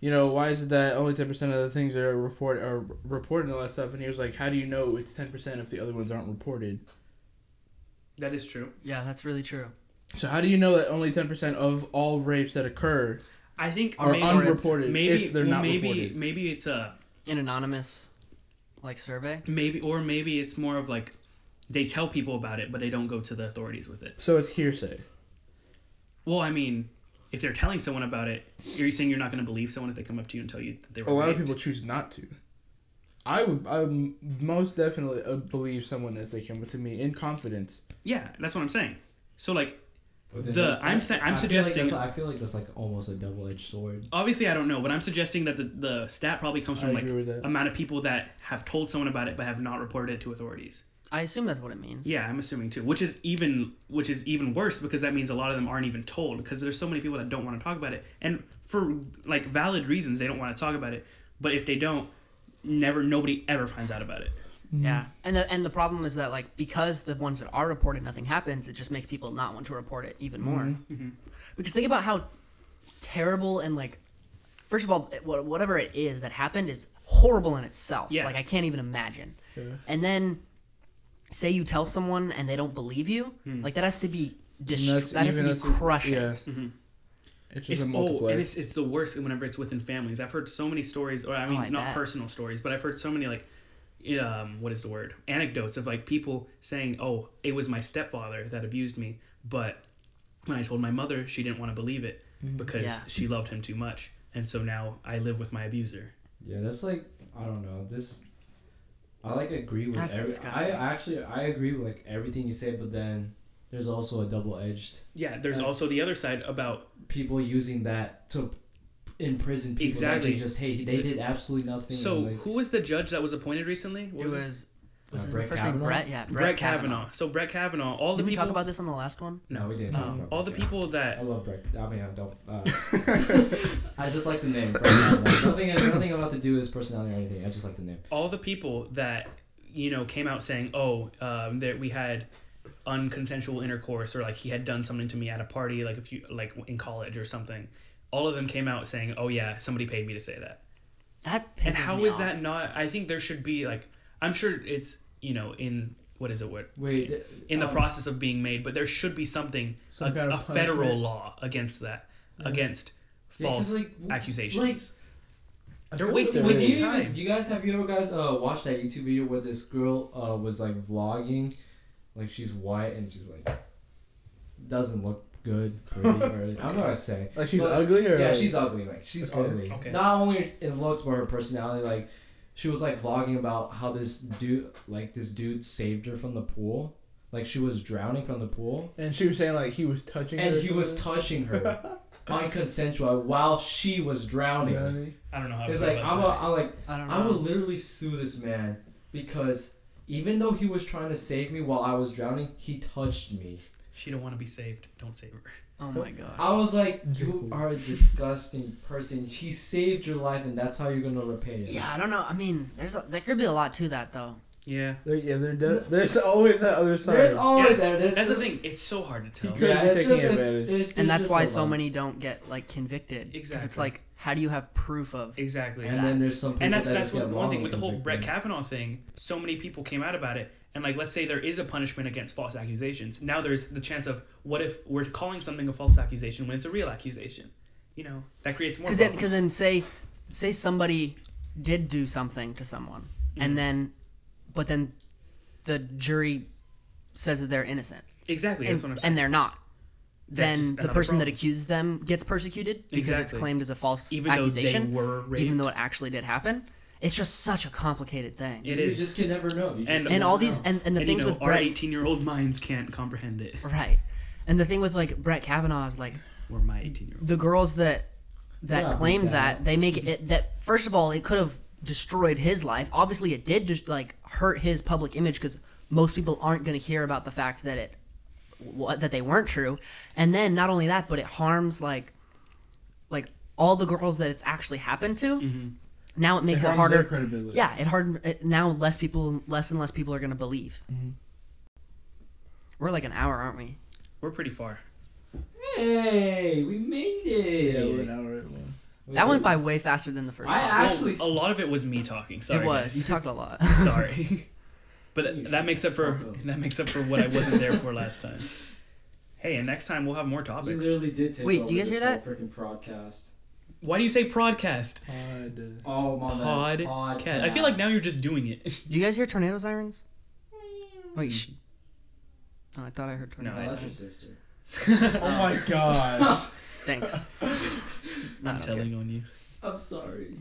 S3: you know, why is it that only ten percent of the things are report are reported and all that stuff, and he was like, how do you know it's ten percent if the other ones aren't reported?
S1: that is true
S2: Yeah, that's really true.
S3: So how do you know that only ten percent of all rapes that occur
S1: i think
S3: are
S1: maybe,
S3: unreported
S1: maybe
S3: if they're
S1: well,
S3: not
S1: maybe
S3: reported?
S1: maybe it's a
S2: An anonymous, like survey.
S1: maybe or maybe it's more of like they tell people about it but they don't go to the authorities with it
S3: So it's hearsay.
S1: well i mean if they're telling someone about it are you saying you're not going to believe someone if they come up to you and tell you that they were
S3: A lot of
S1: raped?
S3: people choose not to. I would, I would most definitely uh, believe someone if they came up to me in confidence
S1: yeah that's what i'm saying so like The- I'm sa- I'm
S4: I feel like
S1: suggesting-
S4: that's- I feel like that's like almost a double edged sword.
S1: Obviously, I don't know, but I'm suggesting that the, the stat probably comes
S3: I
S1: from like
S3: agree with that.
S1: amount of people that have told someone about it but have not reported it to authorities.
S2: I assume that's what it means.
S1: Yeah, I'm assuming too, which is even which is even worse because that means a lot of them aren't even told because there's so many people that don't want to talk about it and for like valid reasons they don't want to talk about it. But if they don't, never nobody ever finds out about it.
S2: Yeah. And the and the problem is that like because the ones that are reported nothing happens, it just makes people not want to report it even more.
S3: Mm-hmm.
S1: Mm-hmm.
S2: Because think about how terrible and like first of all it- wha- whatever it is that happened is horrible in itself.
S1: Yeah.
S2: Like I can't even imagine. And then say you tell someone and they don't believe you,
S1: Hmm.
S2: like that has to be
S3: And
S2: dist- that has to
S3: even-
S2: be
S3: that's a-
S2: crushing.
S3: Yeah.
S4: Mm-hmm.
S3: It's
S1: It's
S3: just a
S1: oh,
S3: multiplier.
S1: and it's it's the worst whenever it's within families. I've heard so many stories, or I mean,
S2: Oh, I
S1: not
S2: bet.
S1: personal stories, but I've heard so many like, um, what is the word? Anecdotes of like people saying, "Oh, it was my stepfather that abused me," but when I told my mother, she didn't want to believe it because
S2: Mm-hmm. Yeah.
S1: she loved him too much, and so now I live with my abuser.
S4: Yeah, that's like I don't know. This I like agree with.
S2: That's
S4: every,
S2: disgusting.
S4: I actually I agree with like everything you say, but then there's also a double edged
S1: Yeah, there's
S4: That's-
S1: also the other side about
S4: people using that to imprison people.
S1: Exactly.
S4: Exactly. That you just hey, they did absolutely nothing.
S1: so
S4: like,
S1: who was the judge that was appointed recently? What
S2: It
S1: his-
S2: was was
S4: Uh,
S2: his
S4: Brett
S2: first name
S4: Kavanaugh?
S2: Brett? Yeah, Brett,
S1: Brett, Kavanaugh. So Brett Kavanaugh, all the
S2: Did we
S1: people,
S2: talk about this on the last one?
S4: no, we didn't.
S2: No.
S4: talk about
S1: all the
S4: that.
S1: people that
S4: I love Breck. I mean, I don't. Uh, I just like the name. Brett Kavanaugh. nothing. Nothing about to do with his personality or anything. I just like the name.
S1: all the people that you know came out saying, "Oh, um, that we had unconsensual intercourse, or like he had done something to me at a party, like if you like in college or something." All of them came out saying, "Oh yeah, somebody paid me to say that."
S2: That pisses
S1: and how
S2: me
S1: is
S2: off.
S1: that not? I think there should be like I'm sure it's you know in what is it what
S4: Wait.
S1: in the
S4: um,
S1: process of being made, but there should be something
S3: Some
S1: a,
S3: kind
S1: a
S3: of
S1: federal
S3: punishment.
S1: law against that against
S4: Yeah, 'cause,
S1: false
S4: like, w-
S1: accusations.
S3: I
S1: they're
S3: feel
S1: wasting
S3: there
S4: Wait,
S1: It
S4: do
S1: is
S3: is.
S4: you,
S1: time.
S4: even- do you guys have you ever guys uh watched that YouTube video where this girl uh was like vlogging, like she's white and she's like doesn't look good, pretty, or I'm not gonna say.
S3: Like she's
S4: But-
S3: ugly or
S4: Yeah,
S3: like-
S4: she's ugly. Like she's
S3: Okay.
S4: ugly.
S1: Okay.
S4: Not only in looks but her personality. Like she was like vlogging about how this dude, like this dude, saved her from the pool. Like she was drowning from the pool,
S3: and she was saying like he was touching
S4: and
S3: her. or
S4: he was
S3: something.
S4: touching her, unconsensual, while she was drowning.
S3: You know what I mean?
S1: I don't know how. I
S4: It's
S1: feel
S4: like
S1: about
S4: I'm,
S1: that.
S4: a, I'm like
S2: I don't know.
S4: I would literally sue this man because even though he was trying to save me while I was drowning, he touched me.
S1: She don't want to be saved. Don't save her.
S2: oh my god.
S4: I was like, "You are a disgusting person. He saved your life, and that's how you're gonna repay it."
S2: Yeah, I don't know. I mean, there's a, there could be a lot to that though.
S1: Yeah.
S3: There- yeah, there de- there's always that other side.
S4: There's always that.
S1: That's the thing. It's so hard to tell.
S3: He could-
S4: Yeah,
S3: be
S4: it's
S3: taking
S4: just, it's,
S3: advantage.
S4: there's-
S2: and
S4: there's
S2: that's
S4: just
S2: why
S4: a
S2: so
S4: lot.
S2: many don't get like convicted because it's
S1: Exactly.
S2: like how do you have proof of
S1: Exactly.
S4: And then there's some people
S1: and that's
S4: that
S1: that's
S4: just get
S1: what, one
S4: wrongly
S1: thing with the whole Brett
S4: convicted.
S1: Kavanaugh thing. So many people came out about it, and like let's say there is a punishment against false accusations. Now there's the chance of what if we're calling something a false accusation when it's a real accusation? You know that creates more.
S2: because then
S1: problems.
S2: because then say say somebody did do something to someone and then but then the jury says that they're innocent
S1: exactly
S2: and,
S1: that's what I'm saying.
S2: and they're not.
S1: That's just
S2: Then the
S1: another
S2: person that
S1: problem.
S2: accused them gets persecuted because it's
S1: Exactly.
S2: claimed as a false
S1: Even though they
S2: accusation,
S1: were
S2: even
S1: raped.
S2: though it actually did happen. It's just such a complicated thing.
S1: it
S4: You
S1: is.
S4: just can never know. You
S1: And-
S4: just can
S2: and
S4: never
S2: all
S4: know.
S2: these and, and
S1: And,
S2: the
S1: you
S2: things
S1: know,
S2: with
S1: our
S2: Brett
S1: 18 year old minds can't comprehend it.
S2: right, and the thing with like Brett Kavanaugh is like
S1: Or my 18 year old.
S2: the girls that that
S4: Yeah,
S2: claimed
S4: yeah.
S2: that they make it that first of all it could have destroyed his life obviously it did just like hurt his public image because most people aren't going to hear about the fact that it what that they weren't true and then not only that but it harms like like all the girls that it's actually happened to
S4: Mm-hmm.
S2: now it makes it,
S3: harms
S2: harder
S3: their credibility.
S2: yeah it hard it, now less people less and less people are going to believe
S4: Mm-hmm.
S2: we're like an hour aren't we
S1: We're pretty far.
S4: Hey, we made it.
S3: Yeah, we're now right one.
S2: that went by way faster than the first
S4: I
S2: one.
S1: Well,
S4: Actually-
S1: a lot of it was me talking. Sorry,
S2: it was you
S1: guys.
S2: talked a lot
S1: Sorry. But that makes up for
S4: Fuck up.
S1: that makes up for what I wasn't there for last time. Hey, and next time we'll have more
S4: You
S1: topics.
S4: literally did take
S2: Wait, do
S4: over
S2: you guys
S4: this
S2: hear
S4: whole Freaking podcast.
S1: Why do you say podcast?
S3: Pod.
S4: Oh my
S1: Pod.
S4: god.
S1: Podcast. I feel like now you're just doing it.
S2: Do you guys hear tornado sirens? Wait. Sh- oh, I thought I heard tornado
S1: No, it's
S4: that's your
S2: sirens.
S4: sister.
S3: Oh my god.
S2: Thanks. No,
S1: I'm
S2: okay.
S1: telling on you.
S4: I'm sorry.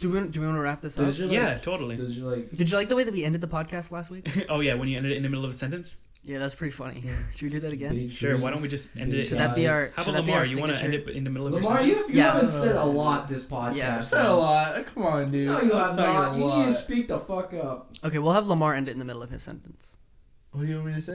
S2: Do we do we want to wrap this up?
S4: Does your,
S1: Yeah,
S4: Like,
S1: totally.
S4: does your like
S2: Did you like the way that we ended the podcast last week?
S1: oh yeah, when you ended it in the middle of a sentence.
S2: Yeah, that's pretty funny. Should we do that again?
S10: Big
S1: Sure. Why don't we
S10: dreams,
S1: just end
S10: big
S1: it?
S2: Should that be our?
S1: How
S2: Should
S1: about
S2: that be our
S1: Lamar? You want to end
S2: signature?
S1: it in the middle of
S4: Lamar,
S1: your
S4: you,
S1: sentence?
S4: you
S2: Yeah.
S4: haven't said a lot this podcast.
S2: Yeah.
S3: I've said a lot. Come on, dude.
S4: No, you
S3: I was
S4: have
S3: talking
S4: not.
S3: a
S4: You
S3: lot.
S4: need to speak the fuck up.
S2: Okay, we'll have Lamar end it in the middle of his sentence.
S3: What do you want me to say?